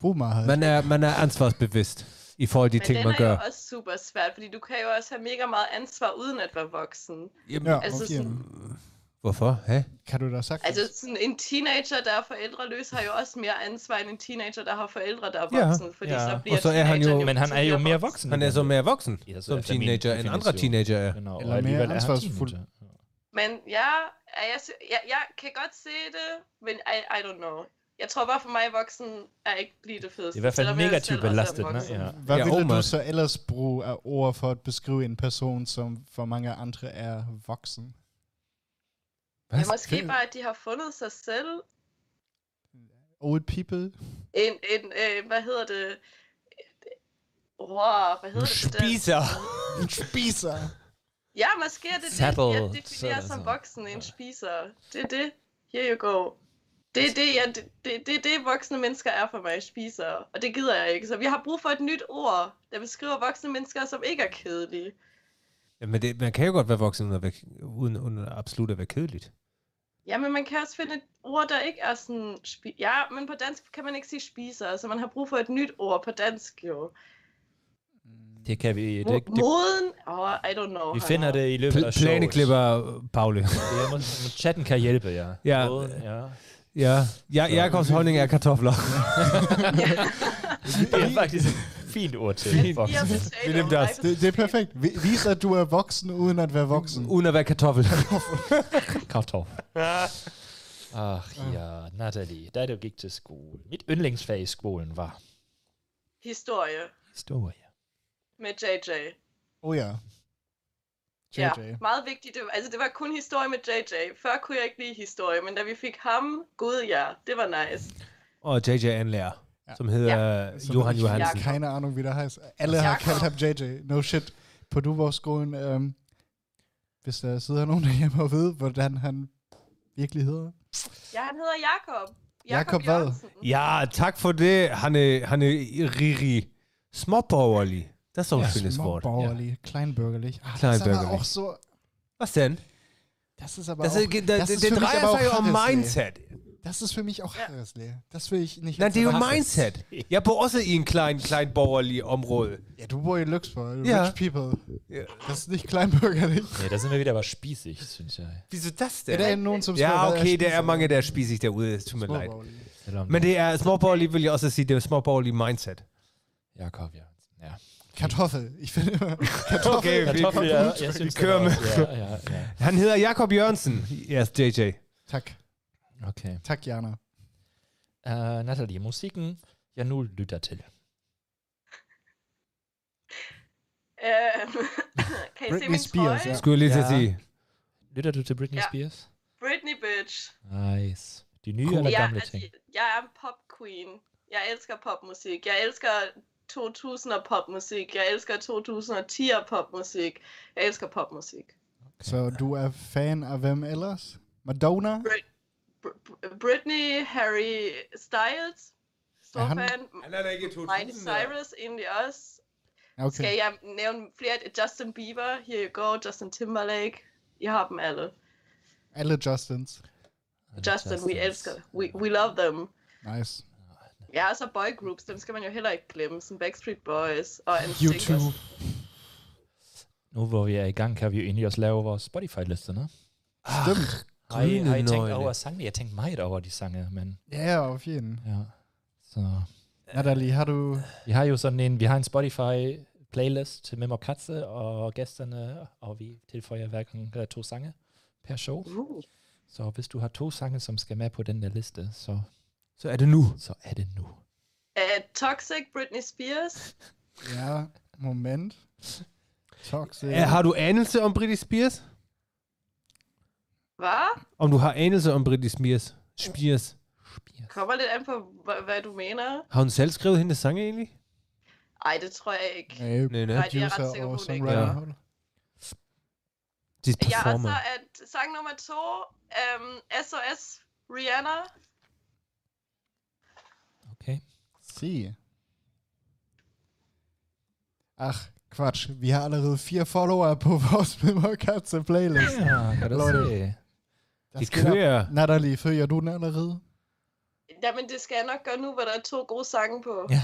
B: Boomer halt.
A: Man er, man er ansvarsbevidst i forhold til de
D: Men
A: ting,
D: den
A: man
D: er
A: gør.
D: jo også super svært, fordi du kan jo også have mega meget ansvar uden at være voksen.
A: Jamen,
B: ja,
D: altså
B: okay.
D: sådan-
A: Hvorfor? Hä?
B: Kan du da sagtens?
D: Altså sådan en teenager, der er forældreløs, har jo også mere ansvar end en teenager, der har forældre, der er
A: Ja,
D: voksne. fordi
C: ja.
D: så bliver
A: Og så er han jo-
D: teenageren
C: Men han er jo
D: tidligere
C: mere voksen.
A: Han er så mere voksen
C: Ja, så
A: som
C: efter min
A: teenager, end andre
C: definition.
A: teenager er.
C: Genau,
B: Eller mere
C: alligevel er han
B: ansvarsfuld.
C: teenager.
D: Men ja, er jeg, sy- jeg, jeg kan godt se det, men I, I don't know. Jeg tror bare for mig, voksen er ikke lige det fedeste.
C: Det er i hvert fald
D: selvom jeg
C: mega
D: selv
C: type
D: også er
C: belastet, ne?
D: voksen.
C: Ja.
B: Hvad
A: Ja,
B: ja, ville
A: Omar.
B: du så ellers bruge af ord for at beskrive en person, som for mange andre er voksen?
D: Ja, måske bare, at de har fundet sig selv.
B: Old people?
D: En, en øh, hvad hedder det? Wow, hvad hedder det? på dansk?
A: Spießer.
B: En spiser!
D: Ja, måske er det
C: Saddle,
D: det, jeg
C: sådan
D: definerer som
C: sådan.
D: voksen, en spiser. Det er det. Here you go. Det er det, jeg, det, det, det, er det, voksne mennesker er for mig, spiser. Og det gider jeg ikke. Så vi har brug for et nyt ord, der beskriver voksne mennesker, som ikke er kedelige.
A: Jamen, det, man kan jo godt være voksen, uden at være, uden, uden absolut at være kedeligt.
D: Ja, men man kan også finde et ord, der ikke er sådan... Spi- ja, men på dansk kan man ikke sige spiser, så man har brug for et nyt ord på dansk, jo.
C: Det kan vi... Det,
D: Mo-
C: det, det,
D: Moden? Oh, I don't know.
C: vi finder det i løbet
A: Pl-
C: af showet.
A: Planeklipper, Pauli.
B: *laughs*
C: Ja, må, må chatten kan hjælpe, ja.
A: Ja.
C: Måden, ja.
A: Ja, ja Jakobs äh, holdning er kartofler.
C: Det er faktisk et fint ord til voksen.
A: Vi nehmen das.
B: Det, det er perfekt. Vi- Vis, at du er voksen, uden at være voksen.
A: uden at være
B: *laughs*
A: kartoffel.
C: Kartoffel. Ach ja, Natalie, da du gik til skole. Mit yndlingsfag i skolen var
D: Historie
C: historie.
D: med JJ.
B: Oh ja. JJ.
D: Ja, meget vigtigt. Det var, altså, det var kun historie med JJ. Før kunne jeg ikke lide historie, men da vi fik ham, gud ja, det var nice.
A: Og JJ er en lærer,
B: Ja.
A: som hedder
B: Så
A: Johan
B: ich-
A: äh, Johansen.
D: Jakob.
B: Keine Ahnung, wie der heißt. Alle har
D: Jakob.
B: kaldt ham JJ. No shit. På Duborg-skolen, øhm, hvis der sidder nogen derhjemme og ved, hvordan han virkelig hedder.
D: Ja, han hedder Jakob.
B: Jakob hvad?
A: Ja, tak for det. Han er, han er riri. Småborgerlig. Das ist doch ein schönes Wort.
B: Småborgerlig, kleinbürgerlich. Ah, Das ist
A: Kleinbürgerlich.
B: aber auch so,
A: Was denn?
B: das ist aber
A: Das,
B: auch,
A: ist- da,
B: das ist
A: der
B: für mich
A: Dreier
B: aber auch
A: sei ja um
B: Harris, ey.
A: Mindset.
B: das ist für mich auch Harris-Lehre. Das will ich nicht.
A: Nein, det er jo
B: erzählen.
A: mindset. Jeg bor også i en klein, klein borgerlig område.
B: Ja, du bor i Luxemburg,
A: Ja.
B: rich people.
A: Ja.
B: Das ist nicht kleinbürgerlich.
C: Ja, da sind wir wieder bei spießig, synes jeg.
A: Wieso das
B: Ja, der er
A: denn?
B: nogen, som
A: Ja,
B: skriver, hvad
A: okay, der er
B: spiser.
A: mange, der er spisig derude. Det tut mir leid.
B: Småborgerlig.
C: Eller om
A: Men det er småborgerlig, vil jeg også sige, det er småborgerlig mindset.
C: Jakob, ja. Ja.
B: Kartoffel. Ich finde immer
A: Okay,
C: Kartoffel,
A: vi,
C: ja. Jeg synes, det
A: kører
C: var også- Ja, ja, ja.
A: han hedder Jakob Jørgensen. Ja, yes, JJ.
B: *laughs* Tak.
C: Okay.
B: Tak, Jana.
C: Uh, Natalie, musikken, jeg nu lytter til.
D: Øhm, *laughs* kan I se
B: Britney
D: min
B: Spears,
D: trøje?
B: ja.
A: Skulle jeg lige til
C: Ja.
A: at sige.
C: Lytter du til Britney
D: Ja.
C: Spears?
D: Britney Bitch.
C: Nice. De nye
B: Cool.
C: eller
D: Ja,
C: gamle
D: altså,
C: ting?
D: jeg er en pop queen. Jeg elsker popmusik. Jeg elsker 2000'er popmusik. Jeg elsker 2010'er popmusik. Jeg elsker popmusik.
B: Så du er fan af hvem ellers? Madonna?
D: Br- Br- Britney, Harry Styles, stor
B: Er han-
D: fan.
A: Han er da ikke
D: Miley Cyrus egentlig også.
B: Okay.
D: Skal jeg nævne flere? Justin Bieber, Here You Go, Justin Timberlake. I har dem alle.
B: Alle Justins.
D: Justin, we elsker det. We, we love them.
B: Nice.
D: Ja, og så boy groups, dem skal man jo heller ikke glemme. Sådan Backstreet Boys og NSYNC.
B: YouTube.
D: også.
C: Nu hvor vi er i gang, kan vi jo egentlig også lave vores Spotify-liste, ne?
B: Stimmt.
C: Har I, har I tænkt
A: Grynenøgle.
C: over sangene? Jeg tænkte meget over de sange, men
B: Ja, og fint.
C: ja. Så
B: Natalie, har du...
C: Vi har jo sådan en, vi har en Spotify playlist med Mokatze og gæsterne, og vi tilføjer hver gang øh, to sange per show.
D: Uh,
C: Så hvis du har to sange, som skal med på den der liste, så,
A: Så er det nu.
C: så er det nu.
D: øh, Toxic, Britney Spears.
B: Ja, moment. Toxic.
A: Er, har du anelse om Britney Spears?
D: Hvad?
A: Om du har anelse om Britney Spears? Spears.
D: Kommer lidt an på, hva- hvad du mener.
A: Har hun selv skrevet hendes sange egentlig?
D: Ej, det tror jeg ikke.
B: Nej,
A: Nej, nej.
D: Nej, det er jeg ret
B: producer
D: sikker
B: og
D: på, hun ikke
B: songwriter.
A: gør.
B: Ja.
A: De er
D: Ja, og
A: performer.
D: så at sang nummer to, um, SOS Rihanna.
C: Okay.
B: Se. Ach, Quatsch. Vi har allerede fire followere på *laughs* vores Memokatze playlist.
C: Ja, kan du
B: Leute.
C: se.
B: Der
A: De
B: sker-
A: kører.
B: Natalie, følger du den allerede?
D: Jamen, det skal jeg nok gøre nu, hvor der er to gode sange på.
C: Ja.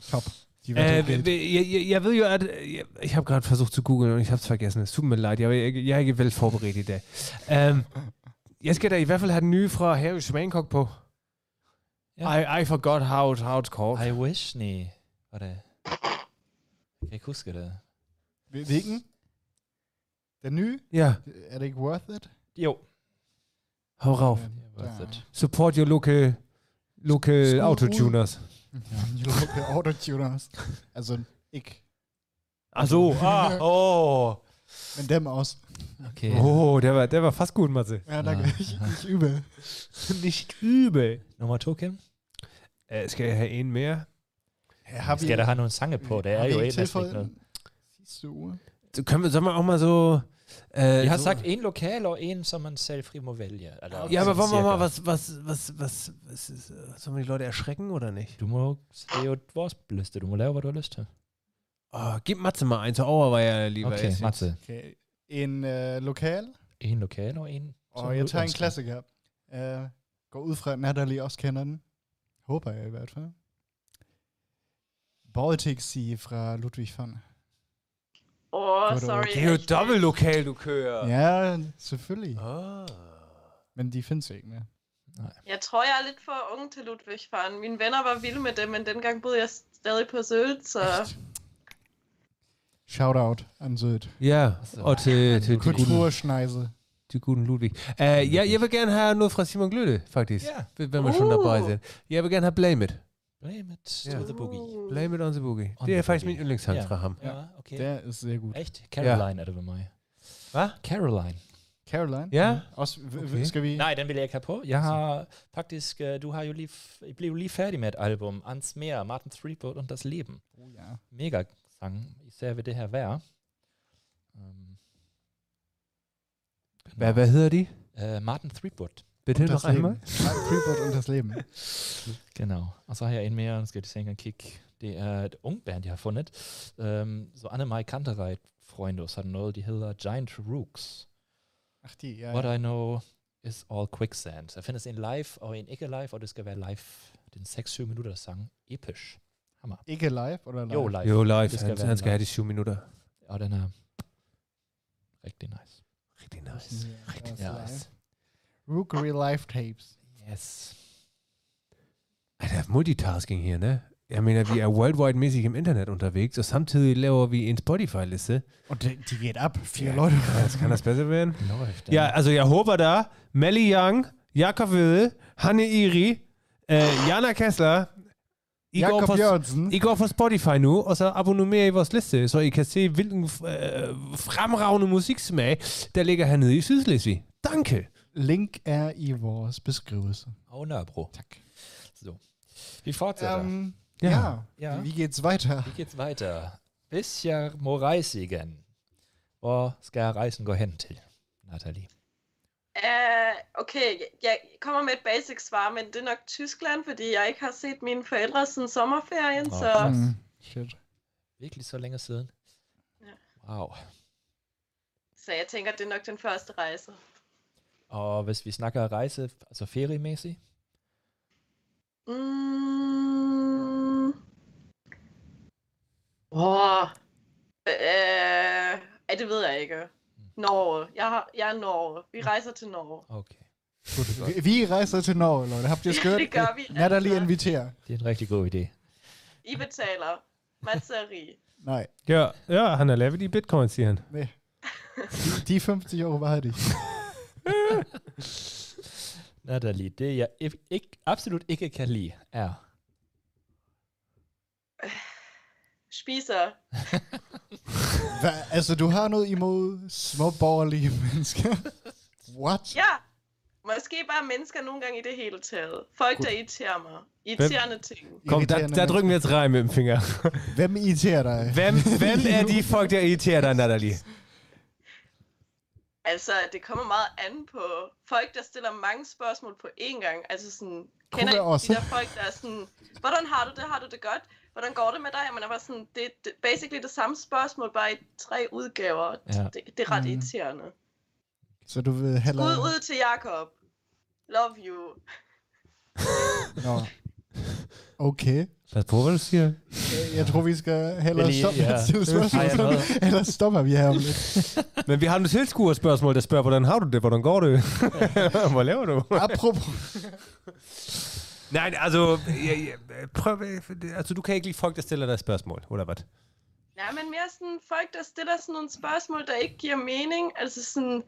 B: Top. De var
A: Äh,
B: to
A: w-
B: gate.
A: w- ja, ja, ja, will you add, ja, ich habe gerade versucht zu googeln und ich habe es vergessen. Es tut mir leid. Jeg, jeg, jeg er ikke velforberedt i dag. Um, jeg skal da i hvert fald have den nye halt fra Harry Schmancock på.
C: Ja.
A: I, I forgot how, it- how it's called.
C: I wish, nej. Var det? Jeg kan ikke huske det.
B: Hvil- Hvilken? Den nye?
A: Ja,
B: Er det ikke worth it?
C: Jo.
A: hau rauf.
C: Worth it.
A: Support your local, local
B: Skru
A: autotuners.
B: You look at autotuners. Altså, ikke.
A: Ach so.
C: Ah, oh.
B: Men dem også.
A: *laughs*
C: Okay.
A: Oh, der war, der war fast gut, Matze.
B: Ja, der
C: Ah.
B: ich, ich übe.
A: Nicht übel.
C: Nummer to, Kim.
A: Äh, skal jeg have
C: eh
A: en mere?
B: Ja, har
C: Skal der have nogle sange på? Det er
B: har vi
C: jo
B: ikke
C: et, der
B: tilføjet
C: ikke noget.
B: den Sidste uge.
A: Så Können wir, sollen wir auch mal so... Äh,
C: Jeg har
A: so-
C: sagt en lokal og en, som man selv fri må vælge. Eller
A: Ja, aber
C: sådan
A: wollen wir mal
C: cirka.
A: was, was, was, was, was ist, äh, sollen wir die Leute erschrecken oder nicht?
C: Du må, det er jo vores liste. Du må lave, hvad du har lyst til.
A: Oh, gib Matze mal eins, Auer war ja lieber.
C: Okay,
A: ist jetzt-
C: Matze.
B: Okay. En øh, lokal,
C: En lokal og en... som
B: og jeg tager en
C: udønsker.
B: oh, klassiker. Øh, går ud fra, at Natalie også kender den. Håber jeg i hvert fald. Baltic Sea fra Ludwig von.
D: Åh, oh,
B: Godt
D: sorry.
A: Det er jo
D: jeg-
A: dobbelt lokal, du kører.
B: Ja, selvfølgelig.
A: Ah.
B: Men de findes ikke mere.
D: Jeg tror, jeg er lidt for ung til Ludwig van. Mine venner var vilde med dem, men dengang boede jeg stadig på Søl, så...
B: Shout out an Sylt.
A: Ja, Oh, og til, til de, guten,
B: Kulturschneise.
A: de guten Ludwig. Uh, ja, jeg vil gerne have noget fra Simon Gløde, faktisk.
C: Ja. Oh.
A: Yeah. Wenn wir schon dabei
D: Uh.
A: sind. Jeg vil gerne have Blame It.
C: Blame it
A: Ja.
C: to the boogie.
D: Mm.
A: Blame It on the Boogie.
C: On
A: det
C: the
A: er faktisk
C: Boogie.
A: min yndlingssang
C: Ja.
A: fra ham.
C: Ja, okay.
B: Der ist sehr gut.
C: Echt? Caroline er det ved mig.
A: Hvad?
C: Caroline.
B: Caroline?
A: Ja?
B: Også, w- w-
A: Okay.
B: Skal vi...
C: Nej, den vil jeg ikke have på. Jeg har faktisk... øh, Du har jo lige... f- Jeg blev jo lige færdig med et album. Ans Meer, Martin Threepwood und das Leben.
B: Oh, ja.
C: Mega sang. Især ved det her vejr. Um, Genau.
A: Hvad, hvad hedder de?
C: Uh, Martin Threepwood.
A: Bitte
B: das
A: noch
B: Leben.
A: einmal.
B: Freeport und das Leben.
C: Genau. Og så har jeg en mere, nu skal jeg lige se engang kigge. Det er et ung band, jeg har fundet. Um, så Anne-Mai Kantereit Freunde, så har den noget, de hedder Giant Rooks.
B: Ach die, ja.
C: What I know is all quicksand. Der findes en live og en ikke live, og det skal være live. Den 6-7 minutter sang. Episch.
B: Icke live oder live?
C: Jo, live. äh,
A: Jo, live.
C: Det skal
A: Han,
C: være
A: han
C: en
A: skal have de syv minutter.
C: Og den er rigtig nice.
A: Rigtig nice.
B: Ja, das
C: Ja.
B: live. Rookery Live Tapes.
C: Yes.
A: Ej, der er multitasking her, ne? Jeg mener, vi er worldwide-mæssigt im Internet unterwegs, og samtidig laver vi en Spotify-liste.
B: Und die, die geht ab. Vier
A: Ja.
B: Leute.
A: Jetzt kann das besser werden.
C: Läuft.
A: Ja, also jeg håber da, Melly Young, Jakob Wille, Hanne Iri, øh, Jana Kessler, I går,
B: Jakob
A: på,
B: Jørgensen.
A: I går på Spotify nu, og så abonnerer I vores liste, så I kan se, hvilken øh, fremragende musiksmag, der ligger hernede i Sydslesvig. Danke.
B: Link er i vores beskrivelse.
C: Og Nørrebro.
B: Tak.
C: So. Vi fortsætter.
B: Ähm,
A: Ja.
B: ja.
C: Ja.
B: Wie geht's weiter?
C: Wie geht's weiter? Bis jeg må rejse igen. Hvor skal rejsen gå hen til, Natalie?
D: Uh, okay, jeg- jeg kommer med et basic svar, men det er nok Tyskland, fordi jeg ikke har set mine forældre siden sommerferien,
C: Nå,
D: så...
B: Mhm. Shit.
C: Virkelig så længe siden.
D: Ja.
C: Wow.
D: Så jeg tænker, det er nok den første rejse.
C: Og hvis vi snakker rejse, altså feriemæssigt,
D: Mm. Oh. Øh, ej, det ved jeg ikke. Norge. Jeg, har, jeg er Norge. Vi rejser til Norge.
C: okay.
B: Vi- Vi rejser til Norge, Lotte. Habt ihr gehört?
D: det gør vi.
B: Natalie
D: altså.
B: inviterer.
C: Det er en rigtig god idé.
D: I betaler. Mats er rig.
B: Nej,
A: Ja, ja, han har lavet i bitcoin, siger han.
B: nee. Die, die 50 Euro behalte ich.
C: Natalie, det jeg ikke, ikke- absolut ikke kan lide, er...
D: Spiser.
B: Hva- Altså, du har noget imod småborgerlige *laughs* mennesker? What?
D: Ja. Måske bare mennesker nogle gange i det hele taget. Folk, der irriterer mig. Irriterende ting.
A: Kom, der,
B: Irriterende
A: der drücken wir jetzt rein mit dem Finger.
B: mennesker. Hvem irriterer dig?
A: Wem, wem er die Folk, der irritiert dig, Natalie?
D: Altså, det kommer meget an på folk, der stiller mange spørgsmål på én gang. Altså sådan, kender
B: jeg
D: I
B: også.
D: de der folk, der er sådan, hvordan har du det, har du det godt? Hvordan går det med dig? Og Man er bare sådan, det er basically det samme spørgsmål, bare i tre udgaver.
C: Ja.
D: Ja. Det, det er ret
B: Mhm.
D: irriterende.
B: Så du vil hellere...
D: Ud, ud til Jakob. Love you.
B: Nå. Okay.
A: Lad os prøve, hvad du siger.
B: Jeg- Jeg tror, vi skal hellere
C: Lige-
B: stoppe med
C: ja.
B: at stille spørgsmål.
C: Ej, jeg
B: så- Ellers stopper vi her om lidt.
A: Men vi har nogle tilskuerspørgsmål, der spørger, hvordan har du det? Hvordan *laughs* går det? hvad laver du?
B: Apropos.
A: Nej, altså, jeg, jeg, prøv, altså, du kan ikke lide folk, der stiller dig spørgsmål, eller hvad?
D: Nej, men mere sådan folk, der stiller sådan nogle spørgsmål, der ikke giver mening. Altså sådan,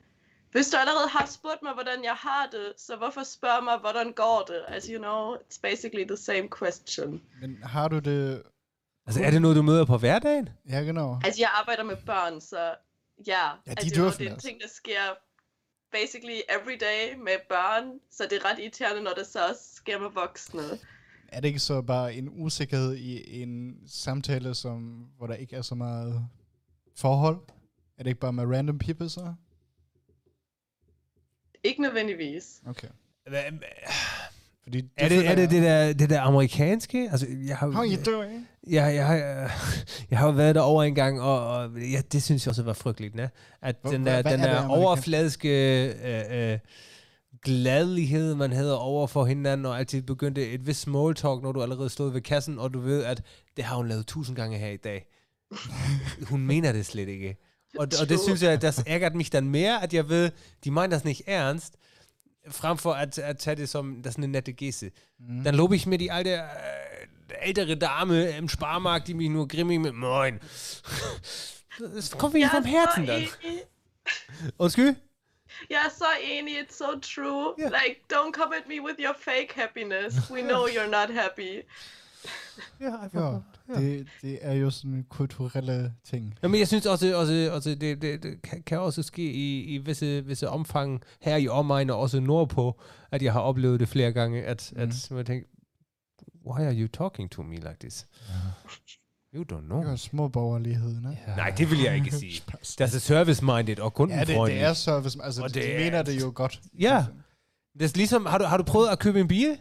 D: hvis du allerede har spurgt mig, hvordan jeg har det, så hvorfor spørge mig, hvordan går det? Altså, you know, it's basically the same question.
B: Men har du det...
A: Altså, er det noget, du møder på hverdagen?
B: Ja, genau.
D: Altså, jeg arbejder med børn, så ja.
B: de
D: altså,
B: dør
D: Det er en
B: altså.
D: ting, der sker basically every day med børn, så det er ret irriterende, når det så også sker med voksne.
B: Er det ikke så bare en usikkerhed i en samtale, som, hvor der ikke er så meget forhold? Er det ikke bare med random people så?
D: Ikke nødvendigvis.
B: Okay.
A: Hva-
B: Fordi det
A: Er det, er det det, der, det der amerikanske? Altså, jeg har,
B: How you doing?
A: jeg, jeg, har, *laughs* jeg har jo været derovre en gang, og, og ja, det synes jeg også var frygteligt, ne? At
B: Hvor-
A: den
B: hvad-
A: der,
B: hvad
A: den
B: er det
A: der
B: amerikanske?
A: overfladiske øh, øh, gladlighed, man havde over for hinanden, og altid begyndte et vist small talk, når du allerede stod ved kassen, og du ved, at det har hun lavet tusind gange her i
B: *laughs*
A: dag. hun mener det slet ikke. Og, og det synes jeg, das ärgert mich dann mehr, at jeg ved, de meinen das nicht ernst, frem for at, at tage det som, das ist eine nette Geste. Dann lobe ich mir die alte, äh, ältere Dame im Sparmarkt, die mich nur grimmig mit Moin. Das kommt mir
D: Jeg
A: nicht vom
D: er så
A: Herzen dann.
D: enig.
A: Undskyld?
D: Jeg er så enig. It's so true.
A: Ja.
D: Like, don't come at me with your fake happiness. We know you're not happy.
A: Ja, einfach.
B: Ja, det, det er jo sådan kulturelle ting.
A: Jamen, jeg synes også, også, også det, det, det kan- kan også ske i, i visse, visse omfang her i omegn og også nordpå, at jeg har oplevet det flere gange, at, mm. at man tænker, why are you talking to me like this? You don't know.
B: Det er jo småborgerlighed, ne? Ja,
A: Nej, det vil jeg
B: *laughs*
A: ikke sige. Das ist service-minded og
B: ja det,
A: kundenfreundlich.
B: det er service. Altså,
A: Og
B: de,
A: det
B: de
A: er-
B: mener det jo godt.
A: Ja. Det er ligesom, har du, har du prøvet at købe en bil?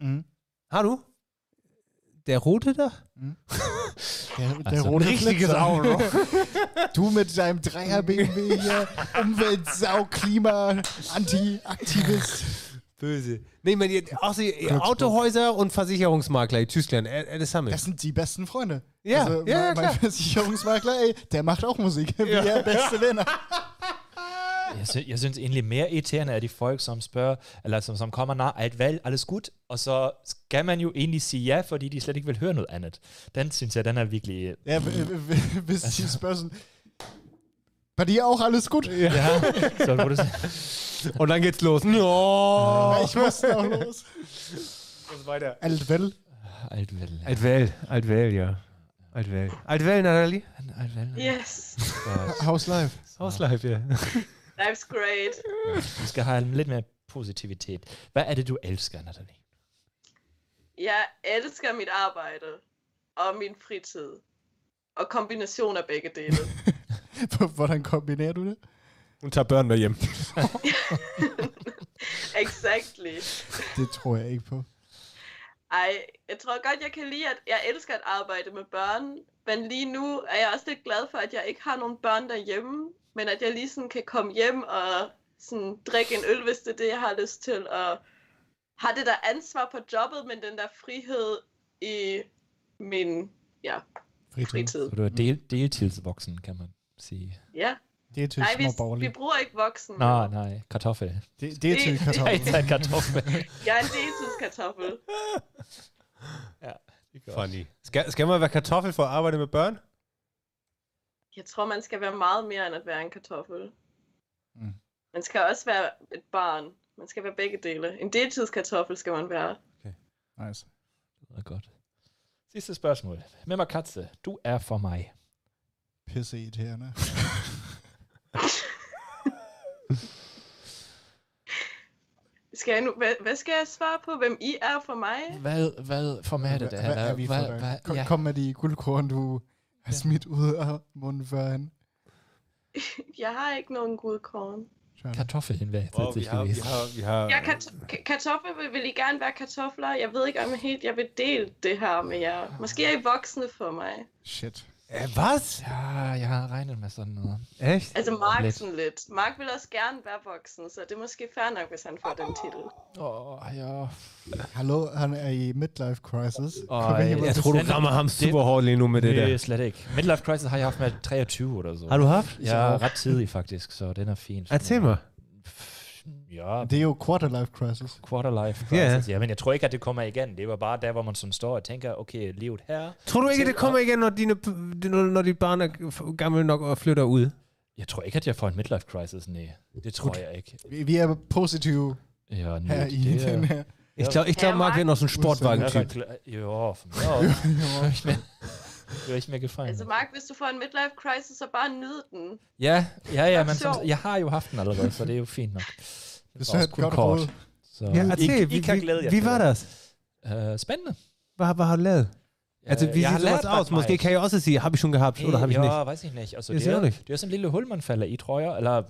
B: Mm.
A: Har du? Der rote der?
B: Der, der
C: Altså,
B: also, rote
A: richtiges
B: Flitzer.
A: Auto.
B: *laughs* Du mit deinem Dreier BMW hier, Umweltsau, Klima, Anti-Aktivist.
A: Böse. Nee, man, ihr- außer ihr
B: Glücksburg.
A: Autohäuser und Versicherungsmakler in Tyskland, äh, äh, das haben wir.
B: Das sind die besten Freunde.
A: Ja,
B: also,
A: ja, ja,
B: mein,
A: klar.
B: mein *laughs* Versicherungsmakler, ey, der macht auch Musik. Wie der
A: *laughs*
B: beste Venner.
C: Jeg, sy- jeg synes egentlig mere irriterende er de folk, som spørger, eller som, som kommer, nej, alt valg, alles gut, og så skal man jo egentlig sige ja, fordi de slet ikke vil høre noget andet. Den synes jeg, den er virkelig...
B: Ja, w- w- w- bis die Börsen. Bei dir auch alles gut? Ja.
C: Ja, *laughs* så hvor du siger,
A: Und dann geht's los. No.
B: Ich muss auch los.
A: weiter.
B: Altwell.
C: alt valg.
A: Altwell, Altwell, ja. Altwell. Altwell, Natalie.
C: alt valg.
D: Yes.
B: House Live.
A: Hausleif, ja.
D: Life's great.
C: Vi skal have lidt mere positivitet. Hvad er det, du elsker, Natalie?
D: Jeg elsker mit arbejde og min fritid. Og kombination af begge dele.
B: *laughs* Hvordan kombinerer du det?
A: Und tager børnene hjem.
D: exactly.
B: Det tror jeg ikke på.
D: Ej, jeg tror godt, jeg kan lide, at jeg elsker at arbejde med børn, Men lige nu er jeg også lidt glad for, at jeg ikke har nogen børn derhjemme, men at jeg lige sådan kan komme hjem og sådan drikke en øl, hvis det er det, jeg har lyst til, og har det der ansvar på jobbet, men den der frihed i min ja, fritid.
C: Så du er del, deltidsvoksen, kan man sige.
D: Ja.
B: Det er til
D: Nej,
B: små
D: vi, vi
B: borgerlige.
D: bruger ikke voksen.
C: Nå, nej, *laughs* kartoffel.
B: Det, det er til
D: Det-
C: Jeg
B: kartofler.
C: er en kartoffel.
D: Jeg er en deltidskartoffel.
A: Funny. Skal, skal man være kartoffel for at arbejde med børn?
D: Jeg tror, man skal være meget mere end at være en kartoffel.
B: Mm.
D: Man skal også være et barn. Man skal være begge dele. En deltidskartoffel skal man være.
B: Nice.
C: Det er godt. Sidste spørgsmål. Memmer Katze, du er for mig.
B: Pisse irriterende.
D: Skal jeg nu, hvad, hvad skal jeg svare på, hvem I er for mig?
C: Hvad, hvad formatet
B: Hvad- hvad er vi for dig? Kom, kom med de guldkorn, du har smidt ud af munden før han.
D: Jeg har ikke nogen guldkorn.
C: Kartoffeln wäre jetzt
A: Wow,
C: witzig gewesen.
A: vi har...
D: Jeg kan, ka- kartoffel vil, vil I gerne være kartofler. Jeg ved ikke, om jeg helt jeg vil dele det her med jer. Måske er I voksne for mig.
B: Shit.
A: Äh, was?
C: Ja, ja, regnet med sådan noget.
A: Echt?
D: Altså Mark
C: Lidt.
D: lidt. sådan lidt. Mark vil også gerne være voksen, så det er måske fair nok, hvis han får den titel.
C: Åh, oh, ja.
B: Hallo, han er i midlife crisis.
C: Ej,
B: Kom hjem og
A: Jeg
C: Altså,
A: tror, du
C: den-
A: rammer ham super hårdt lige nu med det
C: Nej,
A: der.
C: slet ikke. Midlife Crisis har jeg haft med 23 eller så.
A: Har du haft?
C: Ja, ret *laughs* tidlig faktisk, så den er fin.
A: Erzähl mal.
C: Ja,
B: Det er jo quarterlife crisis.
C: quarterlife
A: Ja.
C: crisis. Ja, men jeg tror ikke, at det kommer igen. Det var bare der, hvor man sådan står og tænker, okay, livet her.
A: Tror du ikke, det kommer igen, når dine, når- når dit barn er gammel nok og flytter ud?
C: Jeg tror ikke, at jeg får en midlife crisis, nej. Det tror jeg ikke.
B: Vi, vi er positive
C: Ja, nej.
B: her i
C: det er-
B: den
C: *laughs*
B: her.
A: Ich glaube, ich glaub,
D: Ja,
A: Marc
D: Marc.
A: wird noch so ein
C: Ja,
A: Sportwagen-Typ.
C: klar. Ja, von mir
A: *laughs*
C: aus. Würde ich mir- *laughs* Würde ich mir gefallen.
D: Altså Mark, hvis du får en midlife crisis, så bare nyd den.
C: Ja, ja, ja, men
D: Sjov.
C: som, jeg har jo haft den allerede, så det er jo fint nok. Det
B: Det er et godt råd.
C: Så.
A: Ja, erzähl,
C: I, I kan glæde jer
A: wie
C: til
A: war
C: det.
A: das?
C: Øh, spændende. Øh,
A: War, war laut. Also, wie
C: jeg har
A: sieht sowas
C: lært ret
A: aus? Måske
C: meget.
A: kann ich auch sie, habe ich schon gehabt oder habe ich
C: ja,
A: nicht?
C: weiß ich nicht. Altså,
A: Jeg
C: det,
A: siger
C: er,
A: jo ikke.
C: det er sådan en lille hul, man falder i, tror jeg. Eller,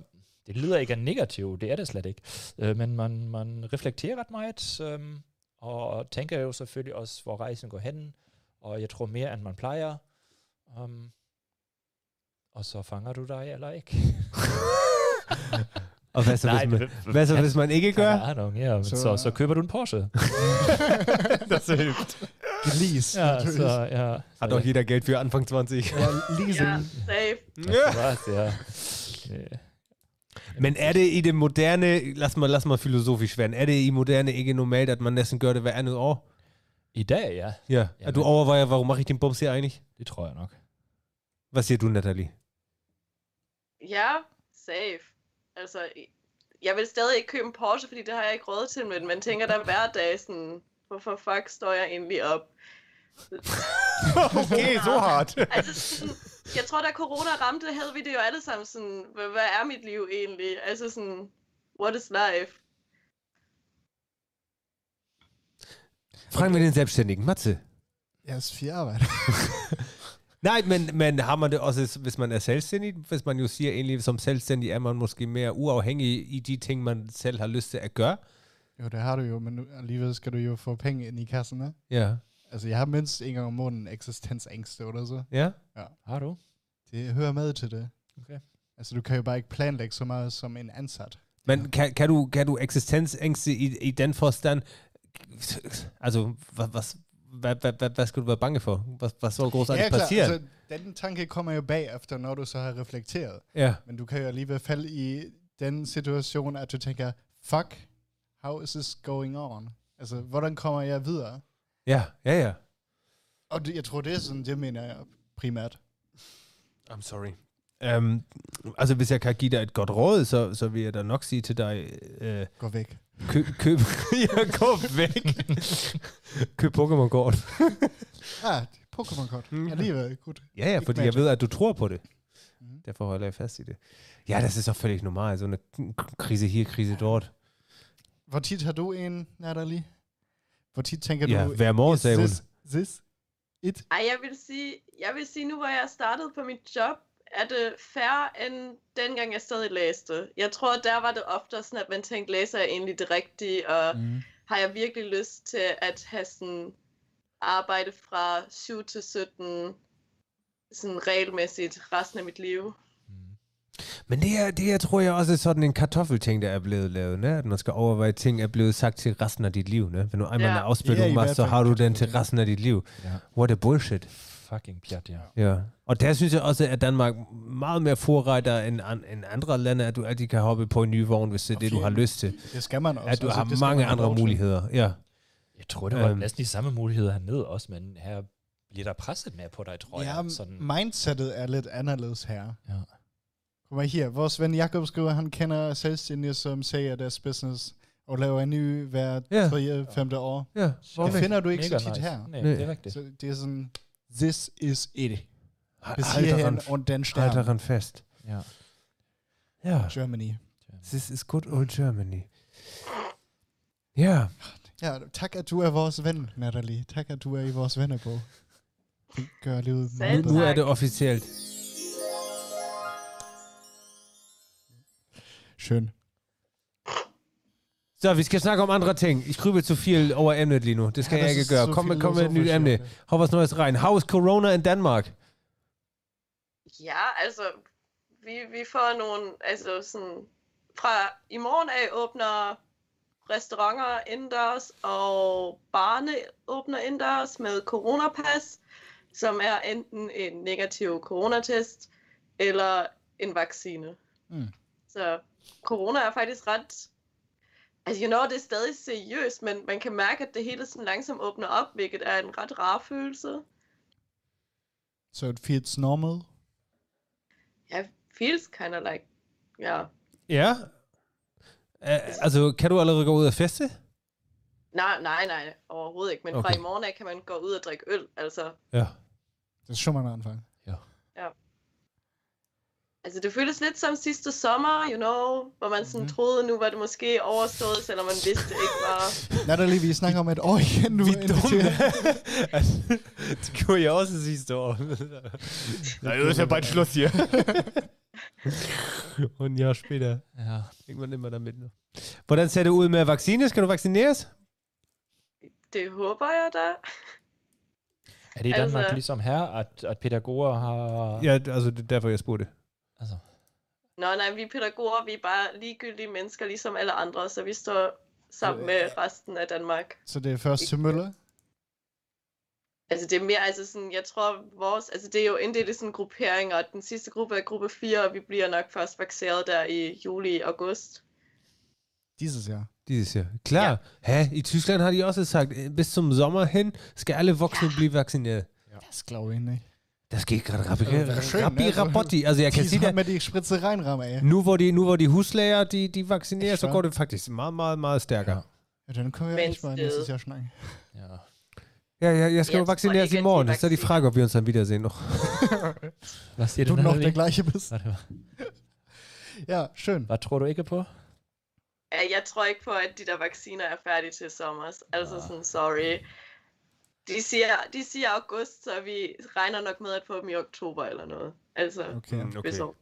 C: det lyder ikke af negativt, det er det slet ikke. Øh, men man, man reflekterer ret meget, øhm, og tænker jo selvfølgelig også, hvor rejsen går hen. Og jeg tror mere, end man plejer. Um, og så fanger du dig, eller ikke?
A: Og hvad så, hvis man,
C: det-
A: hvad så, hvis man ikke gør?
C: Keine Ahnung, ja. Men
B: Så-
C: så, så, køber du en Porsche.
A: Das hilft.
B: Lease,
C: Ja,
B: natürlich.
C: så, ja.
A: Hat doch jeder Geld für Anfang 20.
B: Ja, leasing.
D: Ja, safe.
C: Ja. Was, ja. Øh,
A: Men er det i det moderne, lad mig, lad mig filosofisk være, er det i moderne ikke normalt, at man næsten gør det hver andet år?
C: I dag, ja.
A: Ja. At du
C: Jamen.
A: overvejer, hvorfor mache ich den Bums hier eigentlich?
C: Det tror jeg nok.
A: Hvad siger du, Natalie?
D: Ja, safe. Altså, jeg vil stadig ikke købe en Porsche, fordi det har jeg ikke råd til, men man tænker da hver dag sådan, hvorfor fuck står jeg egentlig op?
A: okay, so hart.
D: Altså sådan, jeg tror da corona ramte, havde vi det jo alle sammen sådan, hvad, hvad er mit liv egentlig? Altså sådan, what is life?
A: Fragen wir den Selbstständigen. Matze.
B: Jeres fire arbejde. *laughs*
A: Nej, men, men har man det også, hvis man er selvstændig? Hvis man jo siger egentlig, som selvstændig er man måske mere uafhængig i de ting, man äh, selv har lyst til at gøre?
B: Jo, det har du jo, men nu- alligevel skal du jo få penge ind i kassen, ikke?
A: Ja.
B: Altså, jeg har mindst en gang om måneden eksistensangst eller så.
A: Ja?
C: Har du?
B: Det hører med til det.
C: Okay.
B: Altså, du kan jo bare ikke planlægge så meget som en ansat.
A: Men kan, kan, du, kan du eksistensängste i, i den forstand? Altså, hvad, hvad, hvad, hvad, hvad, hvad skal du være bange for? Hvad, hvad så großartigt ja, also passieren?
B: Altså, den tanke kommer jo bagefter, når du så har reflekteret.
A: ja.
B: Men du kan jo alligevel falde i den situation, at du tænker, fuck, how is this going on? Altså, hvordan kommer jeg videre?
A: ja, ja, ja.
B: Og det, jeg tror, det er sådan, det mener jeg primært.
A: I'm sorry. Um, altså, hvis jeg kan give dig et godt råd, så, så vil jeg da nok sige til dig, øh,
B: Gå væk.
A: køb, køb, *laughs* ja, gå væk. køb Pokémon-kort.
B: Ah, Pokémon-kort.
A: Mhm.
B: Alligevel, godt.
A: Ja, ja,
B: Ikke
A: fordi jeg
B: magic.
A: ved, at du tror på det.
B: Mhm.
A: Derfor holder jeg fast i det. Ja, das ist auch völlig normal. So eine K- K- Krise hier, Krise dort.
B: Hvor tit har du en, Natalie? Hvor tit tænker
A: Ja,
B: du,
A: hver morgen,
B: is
A: sagde hun.
B: this, this it?
D: Ej, jeg vil sige, jeg vil sige nu hvor jeg startede på mit job, er det færre end dengang jeg stadig læste. Jeg tror, der var det oftere sådan, at man tænkte, læser jeg egentlig det rigtige, og
B: Mm.
D: har jeg virkelig lyst til at have sådan arbejde fra 7 til 17, sådan regelmæssigt resten af mit liv.
C: Mm.
A: Men det er, det er, tror jeg også er sådan en kartoffelting, der er blevet lavet, ne? at man skal overveje, at ting er blevet sagt til resten af dit liv. Ne? Wenn du einmal
D: Ja.
A: eine Ausbildung
B: Ja, i
A: machst,
B: hvert
A: så
B: fald
A: har du den til
B: kartoffelting.
A: resten af dit liv.
C: Ja.
A: What a bullshit.
C: Fucking pjat, ja.
A: Ja, og der synes jeg også, at Danmark meget mere forretter end, an, end andre lande, at du altid kan hoppe på en ny vogn, hvis det er det, du har lyst til.
B: Det skal man også.
A: At du
B: altså, det
A: har
B: skal
A: mange
B: man have
A: andre
B: lov til.
A: muligheder. Ja.
C: Jeg tror, det var
A: Øhm.
C: næsten de samme muligheder hernede også, men her bliver der presset mere på dig, tror
B: Ja,
C: jeg. Sådan,
B: mindsetet er lidt anderledes her.
C: ja.
B: Kom her, her. Vores ven Jakob skriver, han kender selvstændige, som sælger deres business og laver en ny hver
A: Ja.
B: tredje, femte år.
A: ja.
B: Det
A: Hvorfor?
B: finder du ikke
C: Mega
B: så tit
C: nice.
B: her.
C: Nej,
A: Nej.
C: det er rigtigt.
B: Så det er sådan, this is it. Bis
A: Halt daran,
B: hierhin und dann
A: halt
B: sterben.
A: daran fest.
C: *laughs* Ja.
A: Ja,
B: Germany.
A: this is good old Germany. Ja,
B: Ja, tak at du er vores ven, Natalie. Tak at du er i vores vennerbog. Det gør livet
D: Selv
B: meget
A: nu,
D: tak.
A: nu
B: bedre.
A: er det officielt.
B: Schön.
A: Så vi skal snakke om andre ting. Jeg kryber zu viel over emnet lige nu. Det skal
B: Ja,
A: ja, jeg
B: das
A: ikke
B: ist
A: gøre.
B: so
A: kom med,
B: viel
A: kom med et nyt
B: philosophisch,
A: emne.
B: Leute.
A: Hop was Neues rein. How is Corona in Danmark?
D: Ja, altså, vi, vi får nogle, altså sådan, fra i morgen af åbner restauranter indendørs, og barne åbner indendørs med coronapas, som er enten en negativ coronatest, eller en vaccine.
B: Mm.
D: Så corona er faktisk ret, altså you know, det er stadig seriøst, men man kan mærke, at det hele sådan langsomt åbner op, hvilket er en ret rar følelse.
B: So it feels normal.
D: Ja, feels kind of like, ja. Yeah.
A: Ja. Uh, altså, kan du allerede gå ud og feste?
D: Nej, nej, nej, overhovedet ikke. Men okay. fra
A: Okay.
D: i morgen af kan man gå ud og drikke øl. Altså,
A: Ja.
B: Det er schon mal ein Anfang.
D: altså det føles lidt som sidste sommer, you know, hvor man
B: Mhm.
D: sådan mm-hmm. troede, nu var det måske overstået, selvom man vidste det ikke var.
B: Natalie, vi snakker om et år igen nu.
A: Vi er
B: indtil-
A: dumme. altså, det kunne jeg også sidste år. Nej, det ist ja bald Schluss hier. Og en år später.
C: ja.
A: Irgendwann immer damit. Ne? Hvordan ser det ud med vaccine? Skal du vaccineres?
D: Det håber jeg da.
C: Er det i
D: Altså-
C: Danmark altså, ligesom her, at, at pædagoger har...
A: Ja, also, altså det er derfor, jeg spurgte.
C: Altså,
D: Nå, nej, vi er pædagoger, vi er bare ligegyldige mennesker, ligesom alle andre, så vi står sammen med resten af Danmark.
B: Så det er først til Møller.
D: Altså det er mere, altså sådan, jeg tror vores, altså det er jo inddelt i sådan grupperinger, og den sidste gruppe er gruppe 4, og vi bliver nok først vaccineret der i juli, august.
B: Dieses Jahr.
A: Dieses Jahr. Klar. Ja. Hä? I Tyskland har de også gesagt, äh, bis zum Sommer hin skal alle Voxen ja. blive vaccineret.
B: Das glaube ich nicht.
A: Das geht gerade rabi,
B: Ja, det er skønt,
A: rabi,
B: altså.
A: rabotti. Altså jeg kan
B: Die
A: sige det. Mm.
B: soll mir die Spritze reinrahmen, ey.
A: Nu hvor de, nu hvor de huslæger, de, de vaccinerer, så
B: Ikke
A: går det faktisk meget, meget, meget stærkere.
B: Ja, dann können wir ja echt mal
D: Wenn's, äh,
B: nächstes Jahr schneiden.
C: ja.
A: Ja, ja, jeg skal
D: Jeg
A: jo
D: tror
A: vaccineres
D: ikke,
A: i
D: at de
A: morgen, så er de
D: vacciner-
A: frager, ob wir uns dann wiedersehen noch.
C: Hvad siger
B: Du
C: du,
B: noch der
C: Natalie?
B: gleiche bist.
C: Warte mal.
B: Ja, schön.
C: Hvad tror du ikke på?
D: Ja, Jeg tror ikke på, at de der vacciner er færdige til sommer. Altså
C: Ah.
D: sådan, sorry. De siger, de siger august, så vi regner nok med at få dem i oktober eller noget. Altså, okay.
B: Okay.
A: Mm,
D: hvis okay.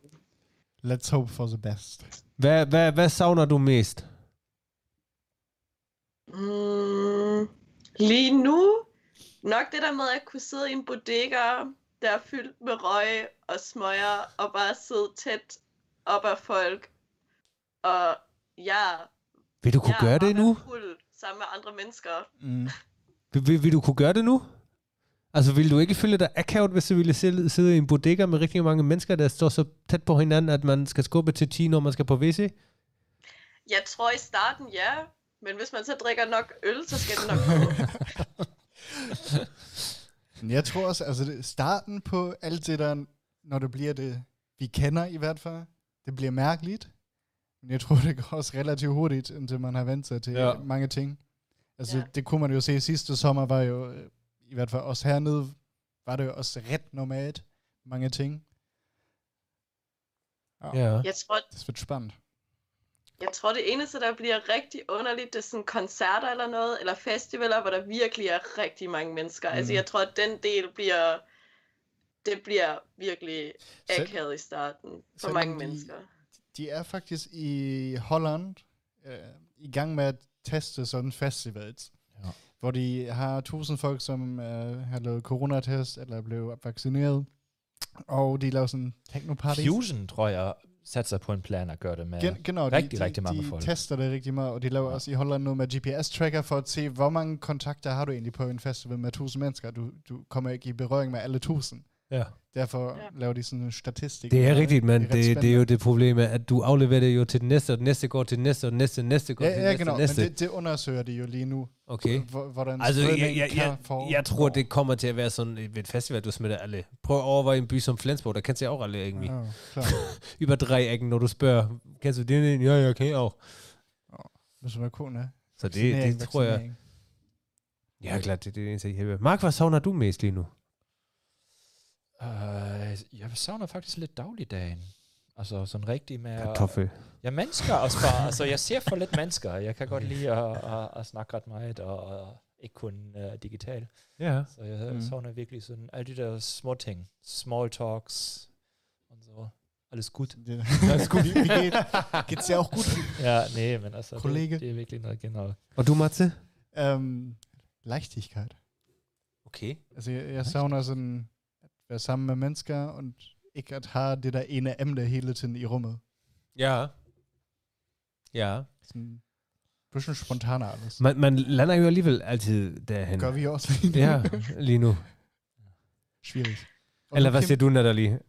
B: Let's hope for the best.
A: Hvad, hvad, hvad savner du mest?
D: Mm, lige nu, nok det der med at kunne sidde i en bodega, der er fyldt med røg og smøger, og bare sidde tæt op af folk. Og ja,
A: Vil du kunne
D: ja,
A: gøre
D: og
A: det
D: være
A: nu?
D: Fuld, sammen med andre mennesker.
B: Mm.
A: Vil, vil, vil du kunne gøre det nu? Altså, vil du ikke føle dig akavet, hvis du ville sidde, sidde i en bodega med rigtig mange mennesker, der står så tæt på hinanden, at man skal skubbe til 10, når man skal på WC?
D: Jeg tror i starten, ja. Men hvis man så drikker nok øl, så skal det nok gå.
A: *laughs*
B: Men Jeg tror også, altså det- starten på alt det der, når det bliver det, vi kender i hvert fald, det bliver mærkeligt. Men jeg tror, *laughs* det går også relativt hurtigt, indtil man har vendt sig til
A: Ja.
B: ja. mange ting. Altså
D: Ja.
B: ja. det kunne man jo se sidste sommer, var jo, øh, i hvert fald også hernede, var det jo også ret normalt, mange ting. Ja.
A: Ja.
D: Jeg tror,
B: Det bliver spændende.
D: jeg tror, det eneste, der bliver rigtig underligt, det er sådan koncerter eller noget, eller festivaler, hvor der virkelig er rigtig mange mennesker. Mm. Altså,
B: Mm.
D: jeg tror, at den del bliver... Det bliver virkelig
B: Selv-
D: akavet i starten. For
B: selvom
D: mange
B: de-
D: mennesker.
B: De er faktisk i Holland øh, i gang med at teste sådan festivals,
C: Ja.
B: ja. hvor de har tusind folk, som øh, har lavet coronatest eller blev vaccineret, Og de laver sådan technoparties.
C: Fusion, tror jeg, satser på en plan at gøre det med.
B: Gen, genau,
C: Rigtig,
B: de,
C: rigtig mange
B: de, de
C: folk.
B: tester det rigtig meget, og de laver
C: Ja.
B: ja. også i Holland noget med GPS-tracker for at se, hvor mange kontakter har du egentlig på en festival med 1000 mennesker. Du, du kommer ikke i berøring med alle 1000.
C: Ja.
B: Derfor
D: Ja.
B: ja. laver de sådan en statistik.
A: Det
B: ud af
A: er rigtigt, mand. Det,
B: ret
A: det er
B: spændende.
A: jo det problem, at du afleverer det jo til den næste, og den næste går til den næste, og den næste, næste går til den
B: Ja, ja
A: næste,
B: genau.
A: altså næste.
B: Men det, det undersøger de jo lige nu,
A: okay. Also,
B: hvor- hvordan
A: Altså, jeg,
B: strømningen
A: jeg,
B: kan
A: jeg,
B: foregå.
A: jeg tror, det kommer til at være sådan äh, ved et Festival, du smitter alle. Prøv at overveje en by som Flensborg, der kannst du ja auch alle irgendwie.
B: Ja, Ah, klar.
A: Über Dreiecken, når du spørger, kennst du den? ind? Ja, ja, kan jeg auch.
B: Müssen wir gucken, ne?
A: Så det, det tror jeg... Ja, klart, det, det er det eneste, jeg hjælper. Mark, hvad savner du mest lige nu?
C: Uh, jeg savner faktisk lidt dagligdagen. Altså sådan rigtig med...
A: Kartoffel.
C: Ja, mennesker også bare. altså, jeg ser for lidt mennesker. Jeg kan godt lide at, at, at snakke ret meget, og, og ikke kun uh, digital.
A: Ja.
C: Så jeg mm.
B: Mm.
C: savner virkelig sådan alle de der små ting. Small talks og så. Alles gut.
A: *laughs*
B: Alles gut, wie geht? Geht's dir auch gut?
C: Ja, nej, men altså,
B: Kollege.
C: Det, det er virkelig noget generelt.
A: Og du, Matze?
B: Ähm, Leichtigkeit. Also,
A: Okay.
B: Altså, jeg, jeg savner sådan at være sammen med mennesker, og ikke at have det der ene emne hele tiden i rummet.
A: Ja. Ja.
B: Sådan bisschen spontaner alles.
A: Man, man lander jo alligevel altid derhen.
B: Gør vi *laughs* også lige nu.
A: Ja, lige nu.
B: Schwierig. *laughs* Og
A: Eller
B: du,
A: hvad
B: Kim?
A: siger du, Natalie?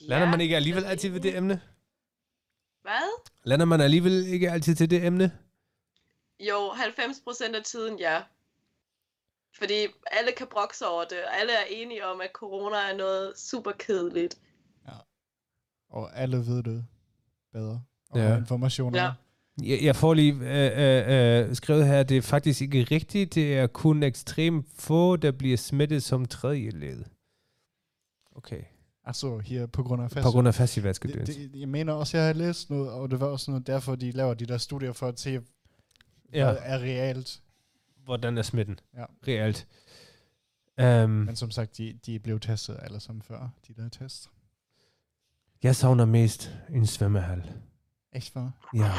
A: Lander
D: Ja,
A: man ikke alligevel
D: altså,
A: altid ved
D: egentlig-
A: det emne?
D: Hvad?
A: Lander man alligevel ikke altid til det emne?
D: Jo, 90% af tiden ja. Fordi alle kan brokse over det, og alle er enige om, at corona er noget super kedeligt.
B: Og alle ved det bedre. Og
A: Ja.
B: ja. informationer.
D: Ja.
A: Jeg, jeg får lige øh, øh, øh, skrevet her, at det er faktisk ikke rigtigt. Det er kun ekstremt få, der bliver smittet som tredje led. Okay.
B: Achso, hier på grund af fest.
A: På grund af festivalsgedyren.
B: det, det, jeg mener også, jeg har læst noget, og det var også noget derfor, de laver de der studier for at se,
A: Ja,
B: hvad er reelt.
A: hvordan er smitten?
B: Ja.
A: Reelt. Um,
B: Men som sagt, de, de blev testet alle sammen før, de der test.
A: jeg savner mest en svømmehal.
B: Echt war.
A: Ja,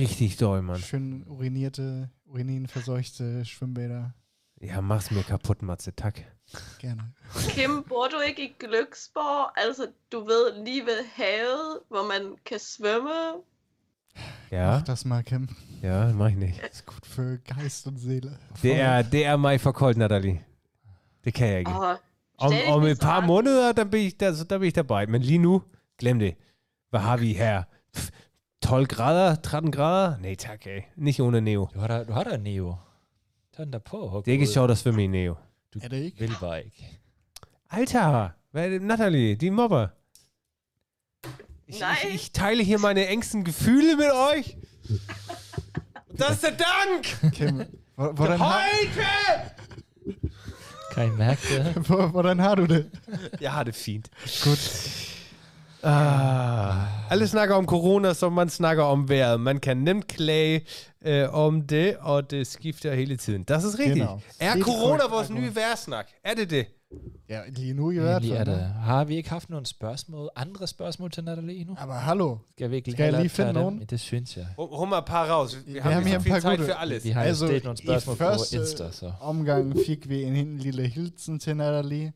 A: rigtig dårlig, mand.
B: Schön urinierte, urininverseuchte Schwimmbäder.
A: Ja, mach's mir kaputt, Matze. Tak.
B: Gerne.
D: Kim, bor du ikke i Glücksborg? Altså, du ved, lige ved havet, hvor man kan svømme.
A: Ja,
B: Mach das mal, Kim.
A: ja, mach ich nicht.
B: Ist gut für Geist und Seele.
A: Det er, det er mig for koldt, Natalie. Det kan jeg ikke.
D: Og
A: Om,
D: Stadig
A: om
D: med
A: et par
D: Sarah.
A: måneder, der bliver der, så der bliver der bare. Men lige nu, glem det. Hvad har vi her? Pff, 12 grader? 13 grader? Nej tak, ey. Ikke under neo.
C: Du har da, du har da en Neo. Tag den der på. og
A: Det er ikke
C: gå ud.
A: sjovt at svømme i neo.
B: Er det ikke?
C: Vil bare ikke.
A: Alter, hvad er det? Natalie, din mobber. Ich,
D: Nej.
A: ich, ich teile hier meine engsten Gefühle mit euch. Das ist der Dank!
B: Kim, wo- hvordan har,
A: Heute!
C: Kan I mærke
B: *laughs*
C: det?
B: hvor- hvordan har du det?
A: Jeg har det fint.
B: Godt.
A: Ah. Alle snakker om corona, som man snakker om vejret. um Man kan nemt klage øh, om det, og det skifter hele tiden. Det er rigtigt.
B: Genau.
A: Er
B: Helt
A: corona
B: korrekt,
A: vores
B: Marco.
A: nye vejrsnak? Er det det?
B: Ja, lige nu i hvert
C: Egentlig er
B: fald.
C: det.
B: ne?
C: øh, Har vi ikke haft nogen spørgsmål? Andre spørgsmål til Natalie endnu?
B: Aber hallo.
C: Skal vi ikke
B: Skal jeg
C: hellere
B: lige finde
C: tage dem?
B: nogen?
C: Det synes jeg.
A: Hol hol mal ein paar raus. Wir,
B: Wir
A: haben,
B: haben
A: hier
B: hier
A: so
B: ein
A: viel
B: paar
A: Zeit
B: gute-
A: für alles.
C: Vi har altså,
B: Altså,
C: stillet nogle
B: i
C: spørgsmål
B: første-
C: på Insta, så.
B: Omgang fik vi en, en lille hilsen til Natalie.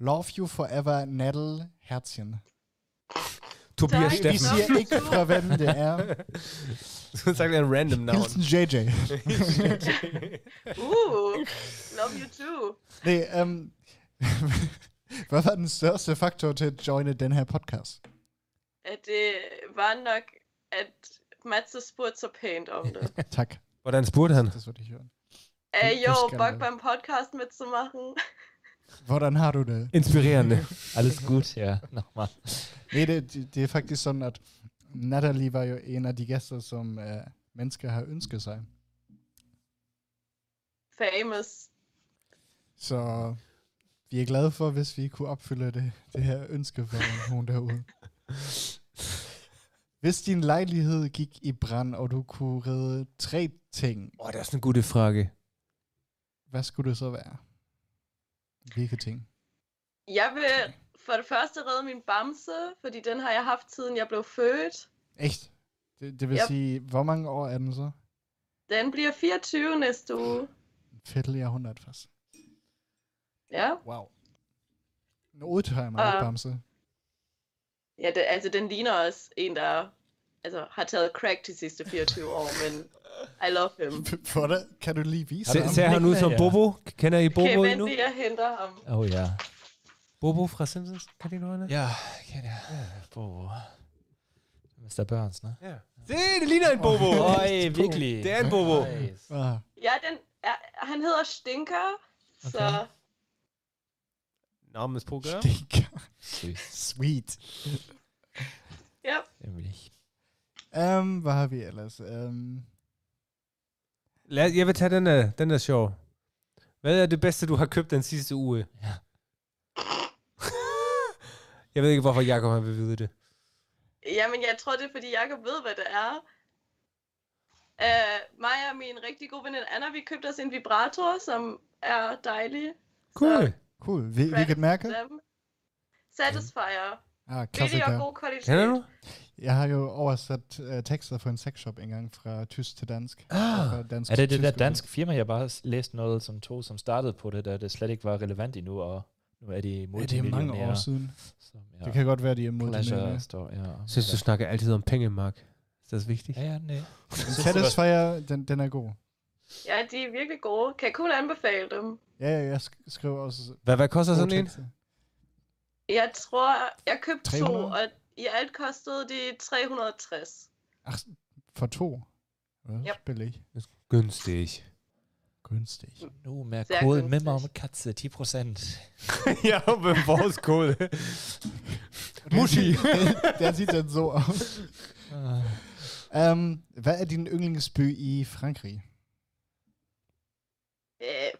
B: Love you forever, Natal Herzchen.
A: Tobias
D: Tak.
B: Vi
A: Steffen. *laughs*
B: siger *laughs* ikke fra, hvem det er.
A: Så sagt er en random navn.
B: Hilsen JJ.
D: Uh, love you too.
B: Nej, um, *laughs* hvad var den største faktor til at joine den her podcast?
D: At det var nok, at Mads har spurgt så pænt om det.
B: *laughs* Tak.
A: Hvordan spurgte han?
B: Das würde ich hören.
D: Er
B: Det- det
D: jo,
B: skal
D: Bock
B: man.
D: beim Podcast mitzumachen.
B: Hvordan har du det?
A: Inspirerende.
B: *laughs*
C: Alles gut, ja. Nochmal.
B: Nej, det, det- det er faktisk sådan, at Natalie var jo en af de gæster, som uh, mennesker har ønsket sig.
D: Famous.
B: Så vi er glade for, hvis vi kunne opfylde det, det her ønske for nogen derude. Hvis din lejlighed gik i brand, og du kunne redde tre ting,
A: Åh, oh, det er sådan en god frage.
B: hvad skulle det så være? Hvilke ting?
D: Jeg vil for det første redde min bamse, fordi den har jeg haft siden jeg blev født.
B: Echt? Det, det vil
D: Yep.
B: yep. sige, hvor mange år er den så?
D: Den bliver 24 næste uge.
B: Viertel Jahrhundert fast.
D: Ja.
B: Wow. En oldtimer
D: Ah.
B: bamse. *laughs*
D: Ja, det, altså den ligner også en, der altså, har taget crack de sidste 24 år, men I love
A: *laughs*
D: him.
B: For dig kan du lige vise
C: Se-
B: ham.
C: se-
A: Ser han ud som
C: Ja.
A: Bobo? Kender I Bobo
D: Okay,
A: okay,
D: vent
A: endnu?
D: lige, jeg henter ham.
C: Oh ja.
A: Bobo fra Simpsons? Kan I noget
C: Ja, kan jeg. Bobo. Mr. Burns, ne?
A: Ja. Se, det ligner en Bobo!
C: Øj, virkelig.
A: Det er en Bobo.
C: Nice.
B: Ah,
D: Ja, den er, han hedder Stinker, så
C: Okay.
A: Nå, men prøv at gøre.
B: stik.
C: Süß.
B: *laughs* Sweet.
D: ja,
C: Nämlich.
B: Um, hvad har vi ellers? Um,
A: Lad, jeg vil tage den der, den der sjov. Hvad er det bedste, du har købt den sidste uge?
C: Ja.
A: *laughs* jeg ved ikke, hvorfor Jacob har vil vide det.
D: jamen jeg tror det er, fordi Jacob ved, hvad det er. Uh, mig og min rigtig gode veninde Anna, vi købte os en vibrator, som er dejlig.
A: Cool.
D: Så,
B: cool. Vi, hvilket mærke?
D: dem. Satisfier.
B: Ah,
D: Billig og
B: klassiker.
D: god kvalitet.
A: Kender du?
B: Jeg har jo oversat uh, tekster fra en sexshop engang fra tysk til dansk.
A: Ah.
B: Og fra dansk
C: Er det det
B: til
C: der
B: tysk.
C: danske firma, jeg bare læste noget som to, som startede på det, da det slet ikke var relevant endnu, og nu er de
B: Ja, det er
C: multimillionærer.
B: mange år siden.
C: Som,
B: Ja.
C: ja,
B: Det kan godt være, de er mod
C: Pleasure
B: det.
C: Store, ja.
A: Synes du snakker altid om penge, Mark? Er det vigtigt?
C: Ja, ja, nej.
B: Satisfier, den, den er god.
D: Ja, de er virkelig gode. Kan kun anbefale dem.
B: Ja, ja, jeg sk- skriver også
A: Hvad, hvad koster
B: gode
A: sådan en?
B: tekster.
D: Jeg tror, jeg købte
B: 300?
D: to, og i alt kostede de 360.
B: Ach, for to? Ja,
D: Yep.
B: billig.
A: Günstig.
B: Gunstig.
C: Nu med
D: Sehr
C: kode
D: günstig.
C: med mig om katse, 10 *laughs* procent.
A: ja, med vores kode. Muschi.
B: *laughs* Der sieht dann so aus. Ähm, hvad er din yndlingsby i Frankrig?
D: Øh,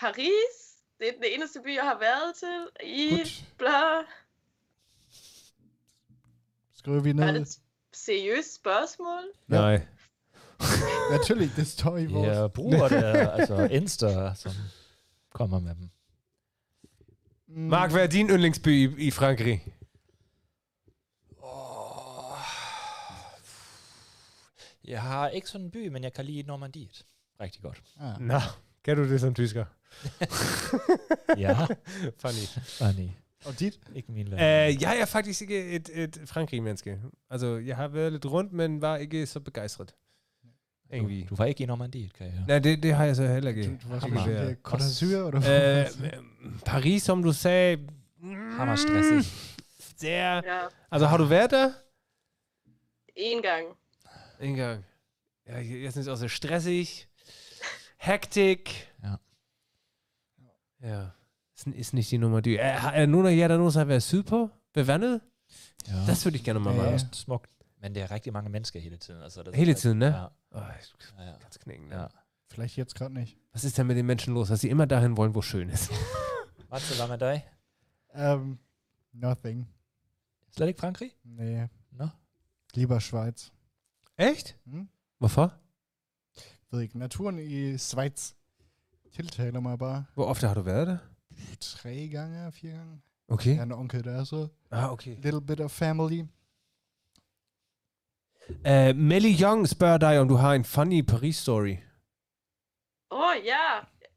D: Paris? Det er den eneste by, jeg har været til. I
B: Gut,
D: bla...
B: skriver vi
D: Er
B: ned.
D: det et seriøst spørgsmål?
A: Nej.
B: Natürlich, det står i vores.
C: Jeg bruger det, altså Insta, som kommer med dem.
B: Mm,
A: Mark, hvad er din yndlingsby i, i Frankrig?
C: Jeg har ikke sådan en by, men jeg kan lide Normandiet rigtig *laughs* godt.
B: Ah,
A: Nå, kan du det som tysker?
C: *laughs* Ja,
A: Funny.
C: ah, nej.
B: og dit?
C: Ikke min land.
A: Uh, jeg er faktisk ikke et, et Frankrig-menneske. Altså, jeg har været lidt rundt, men var ikke så begejstret. Egentlig.
C: Du, du var ikke i Normandiet, kan jeg høre.
A: Nej, det, det har jeg så heller ikke.
B: Du, du var
A: Hammer.
B: sådan lidt Côte d'Azur, eller
A: Øh,
B: hvad?
A: Paris, som du mm, sagde...
C: Hammer stresset.
A: Det er...
D: Ja,
A: Altså, har Also, du været der?
D: en gang.
A: En gang. Ja, jeg, jeg synes også, det er stressig. Hektik.
C: Ja.
A: Ja. Sådan ist nicht die Nummer, die... äh, Er, har- er nogen af jer, der nogensinde har været sydpå? Ved vandet?
C: Ja.
A: Das würde ich gerne mal
B: Ja,
A: machen.
B: ja.
C: også smukt. Men det er rigtig mange mennesker hele tiden. Altså, det er
A: Hele
C: sådan,
A: tiden, ne?
C: Ja,
A: Oh,
C: ja, ja.
A: ganz knicken,
C: ja.
A: ne?
B: Vielleicht jetzt gerade nicht.
A: Was ist denn mit den Menschen los, dass sie immer dahin wollen, wo schön ist?
C: Matze, hvad med dig?
B: Ähm, nothing.
C: Slet ikke Frankrig?
B: Nee,
C: Nå.
B: lieber Schweiz.
A: *laughs* Echt?
B: Hm?
A: Wovor?
B: Ved ikke, naturen i Schweiz. Tiltaler mig bare.
A: Hvor ofte har du været der?
B: Tre gange, fire gange.
A: Okay.
B: Jeg har en onkel, der er så.
A: Ah, okay.
B: Little bit of family.
A: Uh, Melly Young spørger dig, om du har en funny Paris-story.
D: Åh oh, ja,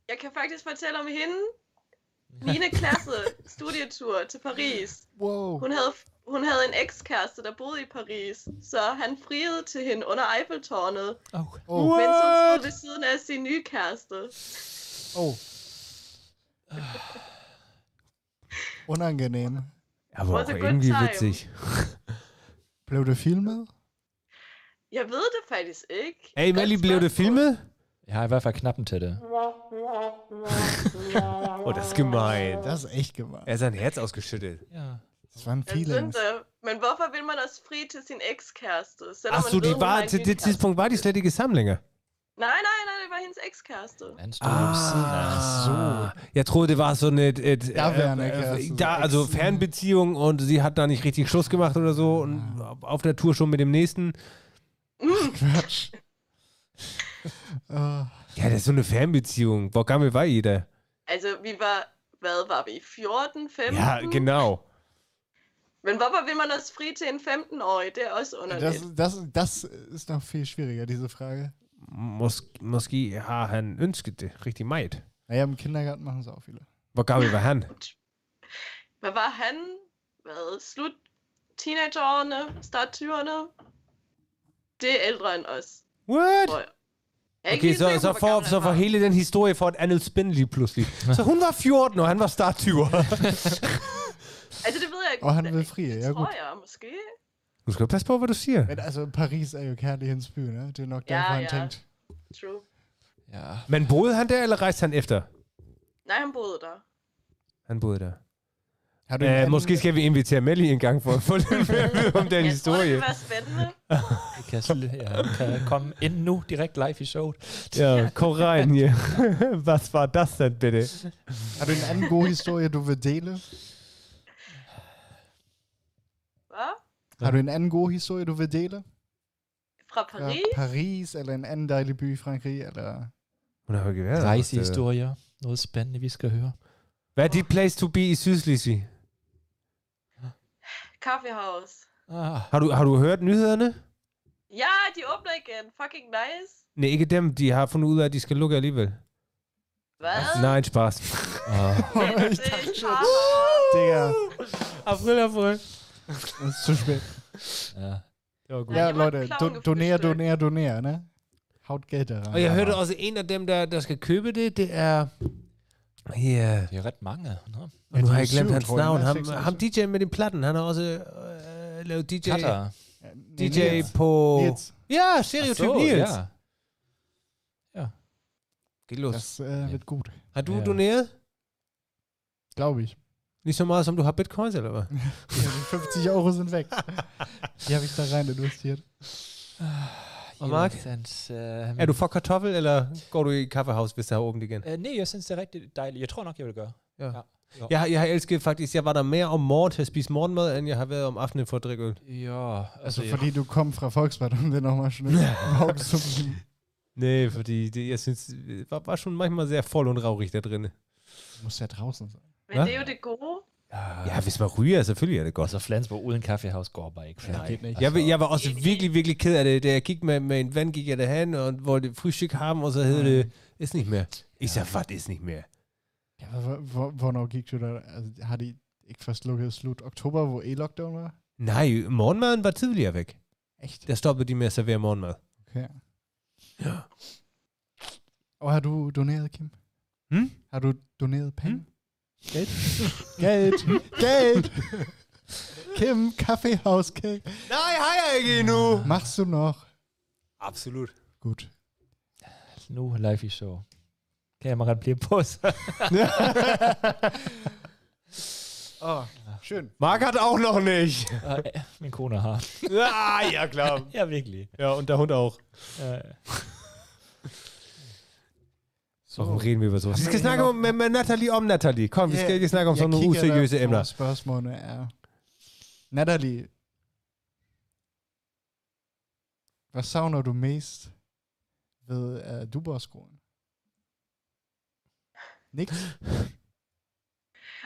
D: jeg kan faktisk fortælle om hende. 9. klasse, studietur til Paris.
B: Wow.
D: Hun havde, hun havde en ekskæreste, der boede i Paris, så han friede til hende under Eiffeltårnet,
C: Oh.
B: Oh,
D: mens hun stod ved siden af sin nye kæreste.
B: oh. Unangenehm.
A: Aber
D: Was
A: auch
D: a good
A: irgendwie
D: time.
A: witzig.
B: Blev det filmet?
D: Jeg ved det faktisk ikke.
A: Ey, Melly, blev det Filme?
C: Jeg har i hvert fald knappen til det.
A: Oh, das ist gemein.
B: Das ist echt gemein.
A: Er hat sein Herz ausgeschüttet.
C: Ja.
B: Das waren
D: Jeg synes
B: Feelings.
D: det. Men hvorfor vil man også fri til sin ekskæreste? selvom
A: Ach
D: man
A: so,
D: ved,
A: die
D: hun har
A: war,
D: en
A: zu
D: ny
A: dem
D: kæreste?
A: Zeitpunkt war die slettige Samlinger.
D: Nej, nej, nej, det var hendes ekskæreste.
C: Han stod ah. ved siden
A: Ah,
C: af.
A: so. Ja, Trude war so eine, äh,
B: Da wär eine
A: äh,
B: Kerze.
A: da, also
B: Ex-
A: Fernbeziehung und sie hat da nicht richtig Schluss gemacht oder so und
B: Ah.
A: auf der Tour schon mit dem nächsten.
D: *laughs*
B: Quatsch. Ah,
A: Ja, das ist so eine Fernbeziehung. Wo kam war jeder?
D: Altså, vi var, hvad var vi, 14, 15?
A: Ja, genau.
D: Men hvorfor vil man også fri til en 15-årig? Det er også underligt.
B: das, das, das ist noch viel schwieriger, diese Frage.
A: Mos måske har han ønsket det rigtig meget.
B: Naja, im Kindergarten machen sie auch viele.
A: Hvor gammel var han?
D: Hvad var han? Hvad? Slut teenageårene? Start 20'erne? Det er ældre end os,
A: What?
D: tror jeg. jeg er ikke
A: Okay,
D: helt
A: så,
D: sikker på,
A: så,
D: hvor
A: får,
D: gammel
A: så
D: han
A: får
D: var.
A: hele den historie for et andet spænd lige pludselig.
B: *laughs*
A: Så hun var 14, og han var start 20.
D: Altså, det ved jeg ikke.
B: Og han vil fri,
D: Det
B: ja,
D: tror
B: godt.
D: jeg måske.
A: Nu skal du passe på, hvad du siger.
B: Men altså, also Paris er jo kærlighedens by, ne? Det er nok
D: Ja,
B: derfor, han
D: ja.
B: tænkte.
D: True.
C: Ja.
A: Men boede han der, eller rejste han efter?
D: Nej, han boede der.
A: Han boede der.
B: Har du en
A: Æh,
B: anden-
A: måske skal vi invitere Melly en gang for at få lidt mere at vide om den
D: jeg tror, det
A: historie.
D: ville være spændende.
C: Jeg kan, sl- jeg kan komme ind nu, direkte live i showet.
A: Ja, Korean
B: *laughs*
A: hier. Was war das denn bitte?
B: Har du en anden god historie, du vil dele?
D: Hvad?
B: Har du en anden god historie, du vil dele?
D: Fra
B: Fra
D: Paris?
B: Paris eller en anden dejlig by i Frankrig? Eller...
A: Hun har jo ikke været der.
C: Rejsehistorier. Noget spændende, vi skal høre.
A: Hvad er dit place to be i Sydslesvig?
D: Kaffeehaus.
C: Ah,
A: Har du, har du hørt nyhederne?
D: Ja, de åbner igen. Fucking nice.
A: Nej, ikke dem. De har fundet ud af, at de skal lukke alligevel.
D: Hvad?
A: Nej, en spaß.
D: Men det
B: *laughs*
D: er et par.
B: Det er
A: April, april.
B: så spændt.
C: ja.
A: *laughs* Det var godt.
D: Ja,
B: Ja,
D: det var
B: Leute,
D: en klovn,
B: do,
D: du
B: donere,
D: forstår.
B: donere, donere, ne? Haut Geld daran.
C: Oh
A: Og jeg hørte også, at en af dem, der, der skal købe det, det er... Ja,
C: Det er ret mange. Nå.
A: og nu
B: de
A: har
B: er
A: jeg glemt
B: syv,
A: hans
B: tror jeg.
A: navn.
B: Nej,
A: Ham,
B: seks eller
A: ham
B: syv.
A: DJ'en med den platten, han har også øh, lavet DJ,
C: Katter.
B: Ja, nee,
A: DJ
B: Nils.
A: på...
B: Nils.
A: Ja, Stereotyp
C: Så,
A: Niels.
C: ja.
A: Gelos.
B: Das äh, wird gut,
A: Har du
C: Ja.
A: doneret
B: glaube ich. *laughs*
A: lige så meget, som du har bitcoins, eller hvad?
B: Ja, die 50 Euro sind weg. Die habe ich da rein investiert.
A: Og Mark?
C: Jensens, Ah, øh,
A: Er Äh, du for kartoffel, eller går du i kaffehaus, hvis der er åbent igen?
C: Øh, nej, jeg synes, det er rigtig dejligt. Jeg tror nok, jeg vil gøre.
A: Jeg, har- jeg har elsket faktisk, jeg var der mere om morgen til at spise morgenmad, end jeg har været om aftenen for at drikke øl.
C: Ja,
B: Also,
C: altså,
B: von denen du kommst, Frau Volkswagen, um den nochmal schnell *laughs* aufzubieten.
A: Nej, fordi det, jeg synes, det var, var schon manchmal sehr voll und raurig da drinne.
B: Muss ja draußen sein.
D: Men
A: Hvad?
D: det er jo det gode.
C: Ah.
A: also Ja, hvis man ryger, selvfølgelig er det godt.
C: Altså, Flensborg uden kaffehaus går bare ikke. Altså,
B: Ja, geht nicht.
A: Jeg,
C: Also-
A: vil- jeg var også
D: Enig.
A: virkelig, virkelig ked af det, da jeg gik med, med en ven, gik jeg derhen og wollte Frühstück haben, og så hed det, ist nicht mehr. Ich sag, was ist nicht mehr?
B: Ja, aber wo- Hvornår gik du da? Altså, har de ikke først lukket slut oktober, eh hvor e-lockdown var?
A: Nej, morgenmaden var tidligere væk.
B: Echt?
A: Der stoppede de med at servere morgenmad.
B: Okay. Ja. Og har du doneret, Kim?
A: Hm?
B: Har du doneret penge? Hmm? Geld? Geld! Geld! Kim, Kaffeehauskage.
A: Nej, har jeg ikke endnu!
B: Machst du noch?
A: Absolut.
B: Gut.
C: Nu live i show. Kameraet bliver på *laughs* sig.
B: Oh, schön.
A: Mark hat auch noch nicht. *laughs*
C: Og, øh, Min kone har.
A: Ja, Ah, ja klar.
C: Ja, virkelig.
A: Ja, und der Hund auch.
C: Ja.
B: So.
A: Warum reden wir über sowas?
B: Haben
A: Vi skal
B: wir
A: snakke om, med, med um, Natalie om Natalie. Kom, vi
B: Ja,
A: skal ikke snakke om sådan nogle
B: kigger der
A: useriøse
B: på
A: emner.
B: Spørgsmålene er... Natalie. Hvad savner du mest ved uh, Duborg-skolen? Niks.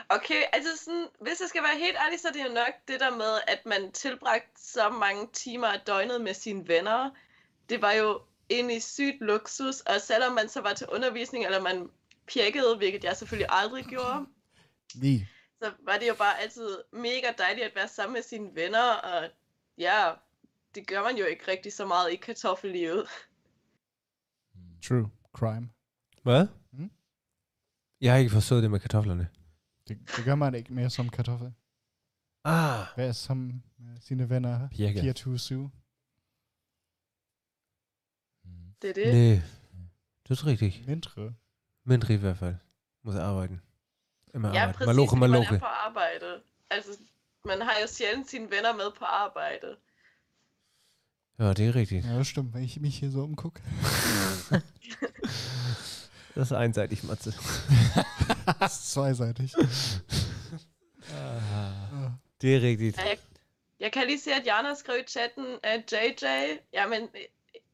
D: Okay, altså sådan, hvis jeg skal være helt ærlig, så er det jo nok det der med, at man tilbragte så mange timer af døgnet med sine venner. Det var jo egentlig sygt luksus, og selvom man så var til undervisning, eller man pjekkede, hvilket jeg selvfølgelig aldrig gjorde,
B: Lige.
D: så var det jo bare altid mega dejligt at være sammen med sine venner, og ja, det gør man jo ikke rigtig så meget i kartoffellivet.
B: True. Crime.
A: Hvad?
B: Mm.
A: Jeg har ikke forstået det med kartoflerne.
B: Det, det gør man ikke mere som kartoffel.
A: Ah.
B: Hvad er som med äh, sine venner?
C: Pirke.
B: 24-7.
C: Mm.
D: Det er det.
A: Nej. Det er så rigtigt.
B: Mindre.
A: Mindre i hvert fald. Muss arbeiten. Immer
D: Ja,
A: arbeiten.
D: præcis,
A: Maloche,
D: når man er
A: maloche.
D: på arbejde. Altså, man har jo sjældent sine venner med på arbejde.
A: Ja, det er rigtigt.
B: Ja, das stimmt. Wenn ich mich hier so umgucke. *laughs*
A: Das ist einseitig, Matze.
B: Das ist zweiseitig.
A: Det er rigtigt.
D: Ja, Jeg, jeg kan lige se, at Jana skrev i chatten, at JJ, jamen, øh,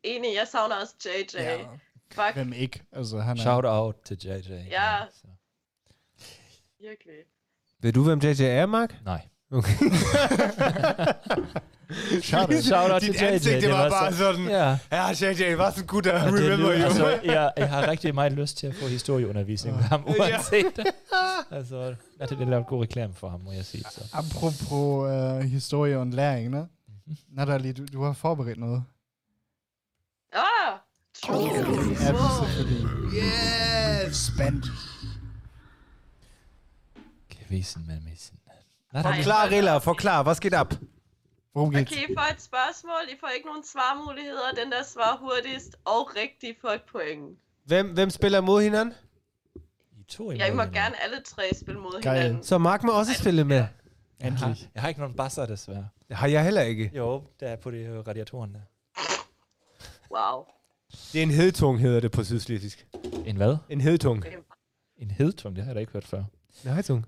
D: enig, jeg savner også JJ. Ja.
B: Ja.
D: Fuck,
B: Hvem ikke? Altså, han er...
C: Shout out til JJ.
D: Ja.
C: Så.
D: virkelig.
A: Ved du, hvem JJ er, Mark?
C: Nej.
B: *laughs*
A: Okay.
B: Schade.
C: Shout out
B: Dit
C: til JJ,
B: ansigt, det
C: det
B: var
C: var
B: bare
C: så-
B: sådan, ja,
C: Ja.
B: JJ, var så gut, I
C: Og det
B: remember
C: lyder-
B: you.
C: altså, jeg, jeg har rigtig meget lyst til at få historieundervisning med ham, uanset det. Altså, Natalie har lavet god reklame for ham, må jeg sige. Så.
B: Apropos øh, historie og læring, ne?
A: Mhm.
B: Natalie, du, ne? du har forberedt noget.
D: Ah! True.
B: Ja, det er
D: Wow.
B: selvfølgelig. Yeah! Spændt.
C: Gewissen med missen.
D: Ej.
C: Natalie,
D: Klar, Rilla,
A: forklar, hvad skete op?
B: Worum geht's?
D: Okay, I får et spørgsmål. I får ikke nogen svarmuligheder. Den, der svarer hurtigst og rigtigt, får et point.
A: Hvem, hvem spiller mod hinanden?
C: I to
D: Jeg må
C: imod hinanden.
D: gerne alle tre spille mod
B: Geil.
D: hinanden.
A: Så Mark må også spille med.
C: Jeg har,
B: Endelig.
C: jeg har ikke nogen basser, desværre.
A: Har jeg heller ikke.
C: Jo, der er på de øh, radiatoren der.
D: Wow.
A: Det er en hedtung, hedder det på sydslesvigsk.
C: En hvad?
A: En hedtung.
C: En hedtung, det har jeg da ikke hørt før.
A: En hedtung.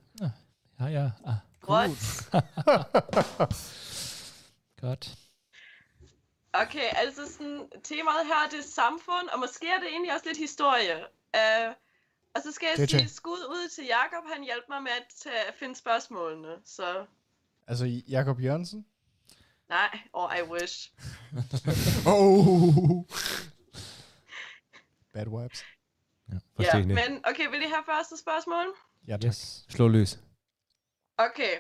C: Ja, ja. Ah,
D: What?
C: godt.
D: Okay, altså sådan, temaet her, det er samfund, og måske er det egentlig også lidt historie. Uh, og så skal jeg
B: JJ.
D: sige skud ud til Jakob, han hjalp mig med at tage, finde spørgsmålene, så
B: Altså, Also, Jakob Jørgensen?
D: nej, or I wish.
A: Uh.
B: Oh! Bad vibes.
D: Ja,
A: Forstående.
D: men okay, vil I have første spørgsmål?
B: Ja, tak.
C: Yes.
A: Slå løs.
D: Okay,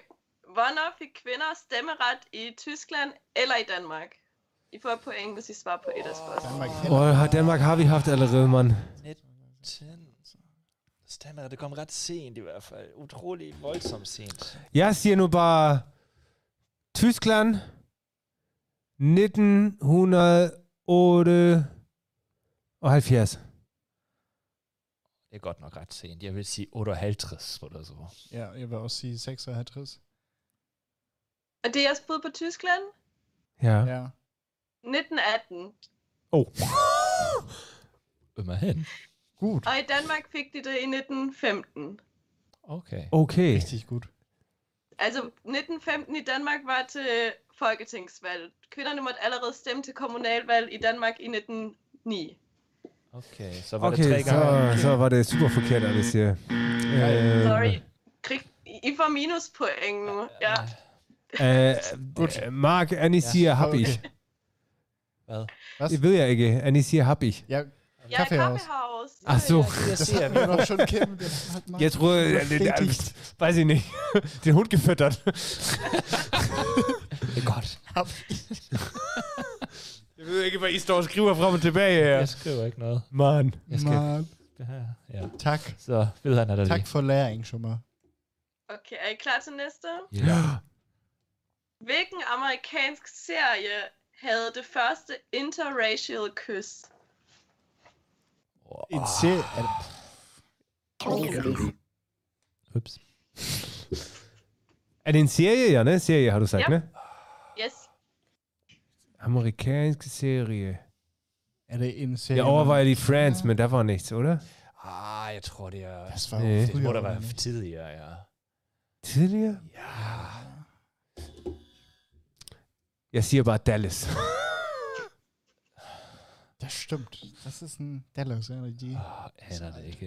D: hvornår fik kvinder stemmeret i Tyskland eller i Danmark? I får et point, hvis I svarer på et af spørgsmålene.
B: Danmark
A: Åh, oh, Danmark har vi haft allerede, mand.
C: 19. Stemmer, det kom ret sent i hvert fald. Utrolig voldsomt sent.
A: Jeg siger nu bare Tyskland 1978.
C: Det er godt nok ret sent. Jeg vil sige 58 eller så.
B: Ja, jeg vil også sige 56.
D: Og det er jeres bud på Tyskland?
A: Ja.
B: Ja.
D: 1918.
B: *laughs*
A: Oh.
C: Immer hen.
B: Gut.
D: Og i Danmark fik de det i 1915.
C: Okay.
A: Okay.
B: Rigtig gut.
D: Altså, 1915 i Danmark var til folketingsvalg. Kvinderne måtte allerede stemme til kommunalvalg i Danmark i 1909.
C: Okay, så var okay, det
A: Okay,
C: tre
A: så,
C: gange.
A: så var det super forkert, at vi siger. Øh,
D: Sorry. Krig... I får minuspoint nu. Ja.
A: øh, øh, Mark, Annie siger hab ich.
B: Okay.
C: Hvad?
A: Det ved jeg ikke. Annie siger hab ich.
B: Ja,
D: Jeg er
B: Kaffehaus.
D: kaffehaus.
A: Ach so.
C: Jeg siger,
B: vi var schon kæmpe. halt
A: Jeg troede, det, det, det, äh, weiß ich nicht. *laughs* Den Hund
B: *laughs*
A: gefüttert.
C: det er godt.
A: Jeg ved ikke, hvad I står og skriver frem og tilbage her.
C: Jeg skriver ikke noget.
A: Man.
C: Jeg skal
B: Man,
C: Ja.
B: tak.
C: Så ved han, at
A: Also
C: der
B: Tak for læring, schon mal.
D: Okay, er I klar til næste?
A: Ja.
D: Hvilken amerikansk serie havde det første interracial kys?
B: En serie. er det-
C: Ups.
A: Er det en serie, ja, ne? Serie, har du sagt,
D: Ja.
A: ne?
D: Yes.
A: Amerikanske serie.
B: Er det en serie?
A: Jeg overvejer lige Friends, men der var nichts, oder?
C: Ah, jeg tror, det er...
B: Das war
A: Nee.
C: Det må da være
B: früher,
C: tidligere, ja.
A: Tidligere? Jeg siger bare Dallas.
B: Das stimmt. Das ist ein Dallas Energy.
A: Ah.
C: Åh, aner det ikke.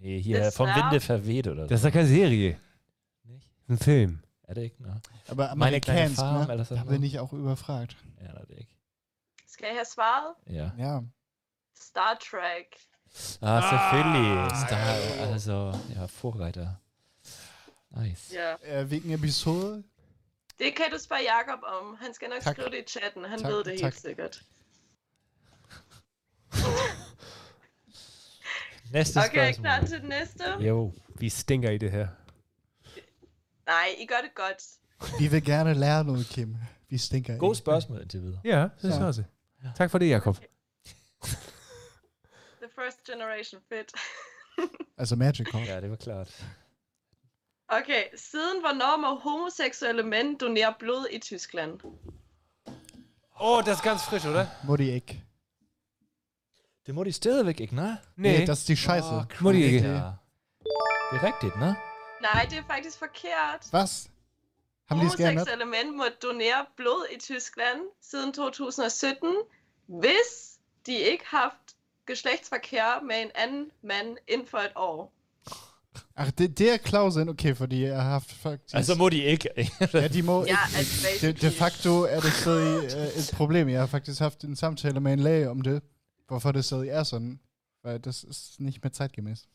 C: Nej, her er
D: Desværre.
C: vom Winde verweht, oder
A: Das
C: so.
A: ist ja keine Serie.
C: Nicht?
A: Ein Film.
C: Er det ikke? Nå.
B: Aber
C: Meine kleine
B: Amerikaner,
C: Farm,
B: ne?
C: alles
B: Da
C: andere.
B: bin ich auch überfragt.
C: Aner det ikke.
D: Skal jeg have svaret?
C: Ja.
B: Ja.
D: Star Trek.
C: Ah, selvfølgelig. Star, altså, ja, Vorreiter. Nice.
D: Ja.
B: Äh, wegen Episode?
D: Det kan du spørge Jakob om. Han skal nok
B: Tak.
D: tak. skrive det i chatten. Han
B: Tak,
D: tak, ved det tak.
B: tak.
D: helt sikkert.
C: Næste
D: Okay, er I
C: spørgsmål.
D: klar til det næste?
C: Jo.
A: Vi stinker i det her.
D: Nej, I gør det godt.
B: Wie wir gerne lernen, Kim. Wie Stinker.
C: Gode spørgsmål indtil videre.
A: Ja, det er
B: Ja.
A: også. Tak for det, Jakob.
D: The first generation fit.
B: Also Magic Hawk.
C: Ja, det var klart.
D: Okay, siden hvornår må homoseksuelle mænd donere blod i Tyskland?
A: Oh, das ist ganz frisch, oder?
B: Mutti Eck.
C: Det må de stadigvæk ikke, nej?
A: Nee.
B: Nee, das ist die Scheiße.
A: Må de ikke?
C: Ja. Det er rigtigt, nej?
D: Nej, det er faktisk forkert.
B: Was? Haben die es geändert?
D: Homoseksuelle mænd må donere blod i Tyskland siden 2017, hvis de ikke har haft geschlechtsverkehr med en anden mand inden for et år.
B: Ach, det, det er Klausen, okay, fordi jeg har haft faktisk...
C: Altså må de *laughs* ikke.
B: ja,
A: *laughs*
B: de må...
D: Ja, altså
B: de, de
D: basically.
B: facto er det stadig øh, et problem. Jeg har faktisk haft en samtale med en læge om det, hvorfor det stadig er sådan. Weil das ist nicht mehr zeitgemäß.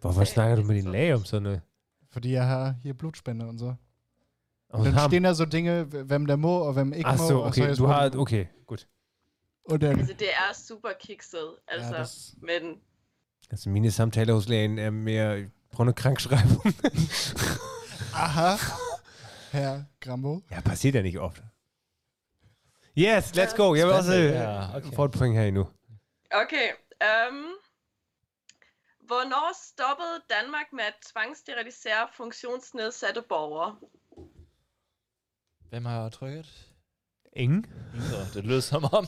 A: Hvorfor snakker du med din læge om sådan noget?
B: Fordi jeg har hier Blutspende und so.
A: Og
B: Und dann
A: ham?
B: stehen da so Dinge, w- hvem der äh, må og hvem ikke
A: Ah,
B: må.
A: så,
B: og
A: okay,
B: jeg
A: du har...
B: spurgte-
A: Okay, godt.
B: Og den,
D: Altså, det er super kikset,
B: ja,
D: altså.
B: das,
D: men
A: Altså, mine samtaler hos lægen er mere... Prøv noget krankschreibung.
B: aha, Herr Grambo.
A: ja, passiert ja nicht oft. Yes, let's go. Jeg vil også
C: Spændende,
A: ja,
C: ja,
A: okay.
C: okay.
A: få et point her endnu.
D: okay, øhm, hvornår stoppede Danmark med at tvangssterilisere funktionsnedsatte borgere?
C: Hvem har trykket?
A: Ingen?
C: Så, det lød som om.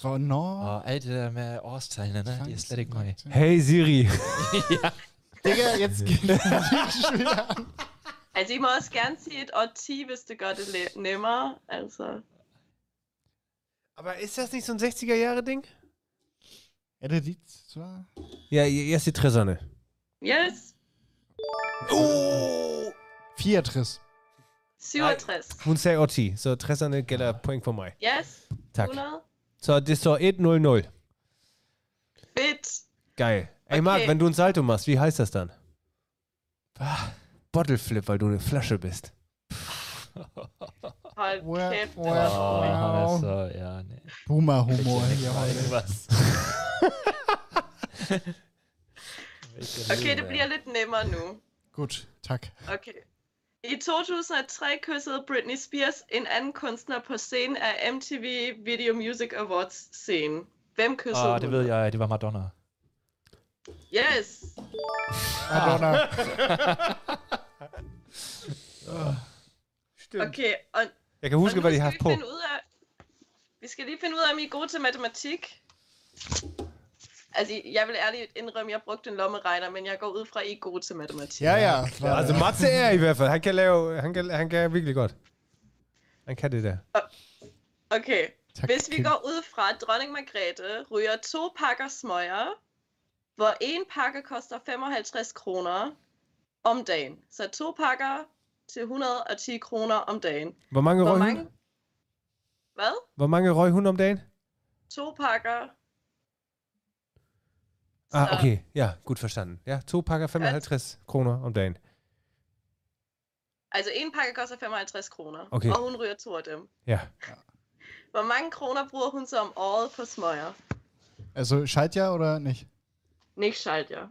B: Hvornår?
C: *laughs* Og alt det der med
A: Ah,
C: årstallene, ne? det er slet ikke mig.
A: Hey Siri.
B: Digga, jetzt *laughs* geht der schon wieder an.
D: Altså, I må også gerne sige et årti, hvis det gør det le- nemmere, altså.
A: Aber ist das nicht so ein 60er-Jahre-Ding?
B: Er det dit svar?
A: Ja, jeg, jeg siger 60'erne.
D: Yes,
A: Oh!
B: 64.
D: 67.
A: Hun sagde årti, så 60'erne gælder point for mig.
D: Yes,
A: Tak.
D: 100.
A: Så det står 1-0-0.
D: Fedt.
A: Geil. Ey, Marc,
D: Okay.
A: wenn du ein Salto machst, wie heißt das dann?
C: Bah.
A: Bottleflip, weil du eine Flasche bist.
D: Hold
B: Wow,
D: kæft.
A: Oh,
B: wow.
D: hvor
C: Åh,
D: sjovt.
B: Wow.
C: så, ja, nej.
B: Boomer-Humor hier heute.
C: Irgendwas.
D: Okay, det
C: *laughs*
D: bliver lidt nemmere nu.
B: Gut, tak.
D: Okay. I 2003 kyssede Britney Spears en anden kunstner på scenen af MTV Video Music Awards scenen. Hvem kyssede
C: Åh, Ah, det ved jeg, det var Madonna.
D: Yes!
B: Madonna.
D: Okay, Also og,
A: Jeg kan
D: og
A: huske,
D: nu
A: hvad de
D: skal
A: har haft
D: vi
A: på.
D: finde ud af... Vi skal lige finde ud af, om I er gode til matematik. Altså, jeg vil ærligt indrømme, jeg brugte en lommeregner, men jeg går ud fra, at I er gode til matematik.
B: Ja, ja. Also klar.
A: Altså, Matze er i hvert fald. Han kan lave, han kan, han kan virkelig godt. Han kan det der.
D: Okay,
B: Tak,
D: hvis vi
B: Kim.
D: går ud fra, at dronning Margrethe ryger to pakker smøger, hvor en pakke koster 55 kroner om dagen. Så to pakker til 110 kroner om dagen.
A: Hvor mange,
D: Hvor
A: røg,
D: mange?
A: Hun,
D: Hvad?
A: hvor mange røg hun om dagen?
D: To pakker.
A: Ah,
D: Så-
A: okay. Ja, gut verstanden. Ja, to pakker 55 kroner om dagen.
D: Altså, en pakke koster 55 kroner,
A: Okay.
D: og hun ryger to af dem.
A: Ja.
D: Hvor mange kroner bruger hun så om året på smøger?
B: Also schalt ja oder nicht? Äh,
D: Nicht schalt, ja.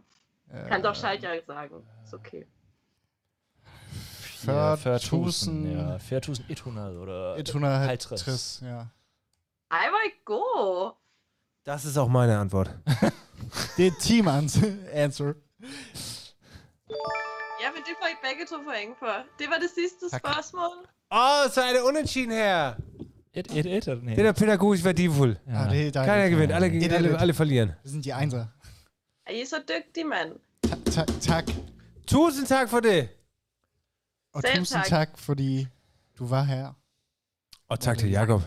D: Kann
B: Øh.
D: doch schalt, ja sagen. Ist okay.
B: 40.000.
C: Ja, 4.100 oder
B: 150, ja.
D: Ej, hvor I god.
A: Das ist auch meine Antwort.
B: Det er team *laughs* answer.
D: Ja, men det får I begge to point for. Det var det sidste
B: Tak.
D: spørgsmål.
A: Oh, så er det unentschieden her.
C: 1, 1, 1 oder
A: Det er da pædagogisk værdifuldt.
B: Ja, det er dejligt.
A: Keiner gewinnt, alle,
B: Et, et,
A: alle,
B: et.
A: alle verlieren.
B: Det sind die Einser.
D: Er I så dygtige, mand?
B: Ta- ta- tak.
A: Tusind tak for det.
B: Og
D: Selv
B: tusind
D: tak.
B: tak, fordi du var her.
A: Og tak til Oh, Jakob.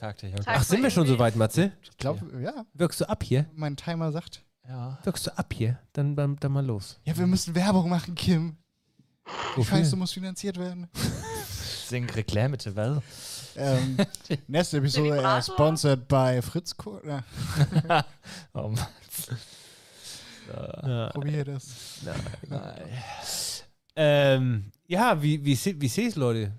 C: Tak til Jacob.
D: Tak.
A: Ach, sind wir schon so weit, Matze?
B: Ich glaube, ja.
A: Wirkst du ab hier?
B: mein Timer sagt.
C: Ja.
A: Wirkst du ab hier? Dann, dann, dann mal los.
B: Ja, wir müssen Werbung machen, Kim. Scheiße,
A: Wofür?
B: muss finanziert werden.
C: Sing Reklame til hvad? *laughs*
B: ähm, nächste Episode
D: Vibrator?
B: äh, sponsored by Fritz Kur. Na,
C: oh Mann.
A: Ja.
B: probier das.
C: Nej.
A: Ähm, ja, wie, wie, se- wie seht's, Leute?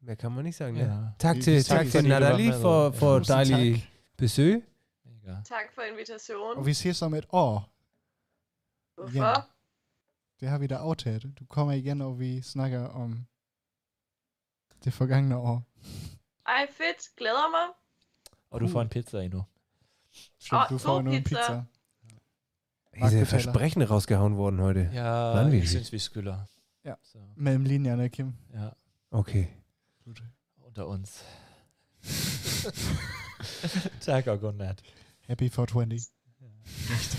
A: Mehr kann man nicht sagen, ne?
C: Ja.
A: Tak
B: Wie-
A: til,
B: wie
A: tak til
B: seht's?
C: Fordi du var
A: Natalie
C: med,
A: for,
C: Lotte.
A: for
B: Tusind
A: dejlig
B: tak.
A: besøg.
C: Mega.
D: Tak for invitationen.
B: Og vi ses om et år.
D: Hvorfor?
B: Ja. Det har vi da aftalt. Du kommer igen, og vi snakker om det forgangne år.
D: Ej, fedt. Glæder mig.
C: Og du får en pizza endnu.
B: Stimmt,
D: Åh,
B: du
D: to
B: får nu en
D: pizzaer.
B: pizza.
A: Diese
B: Marco-Teller.
A: Versprechen rausgehauen worden heute.
C: Ja,
A: Wann
C: jeg
A: vil vi?
C: synes, vi skylder.
B: Ja.
C: Så,
B: Mellem linjerne, Kim.
C: ja,
A: Okay.
C: unter uns. *laughs* tak og godnat.
B: Happy 420. Nicht.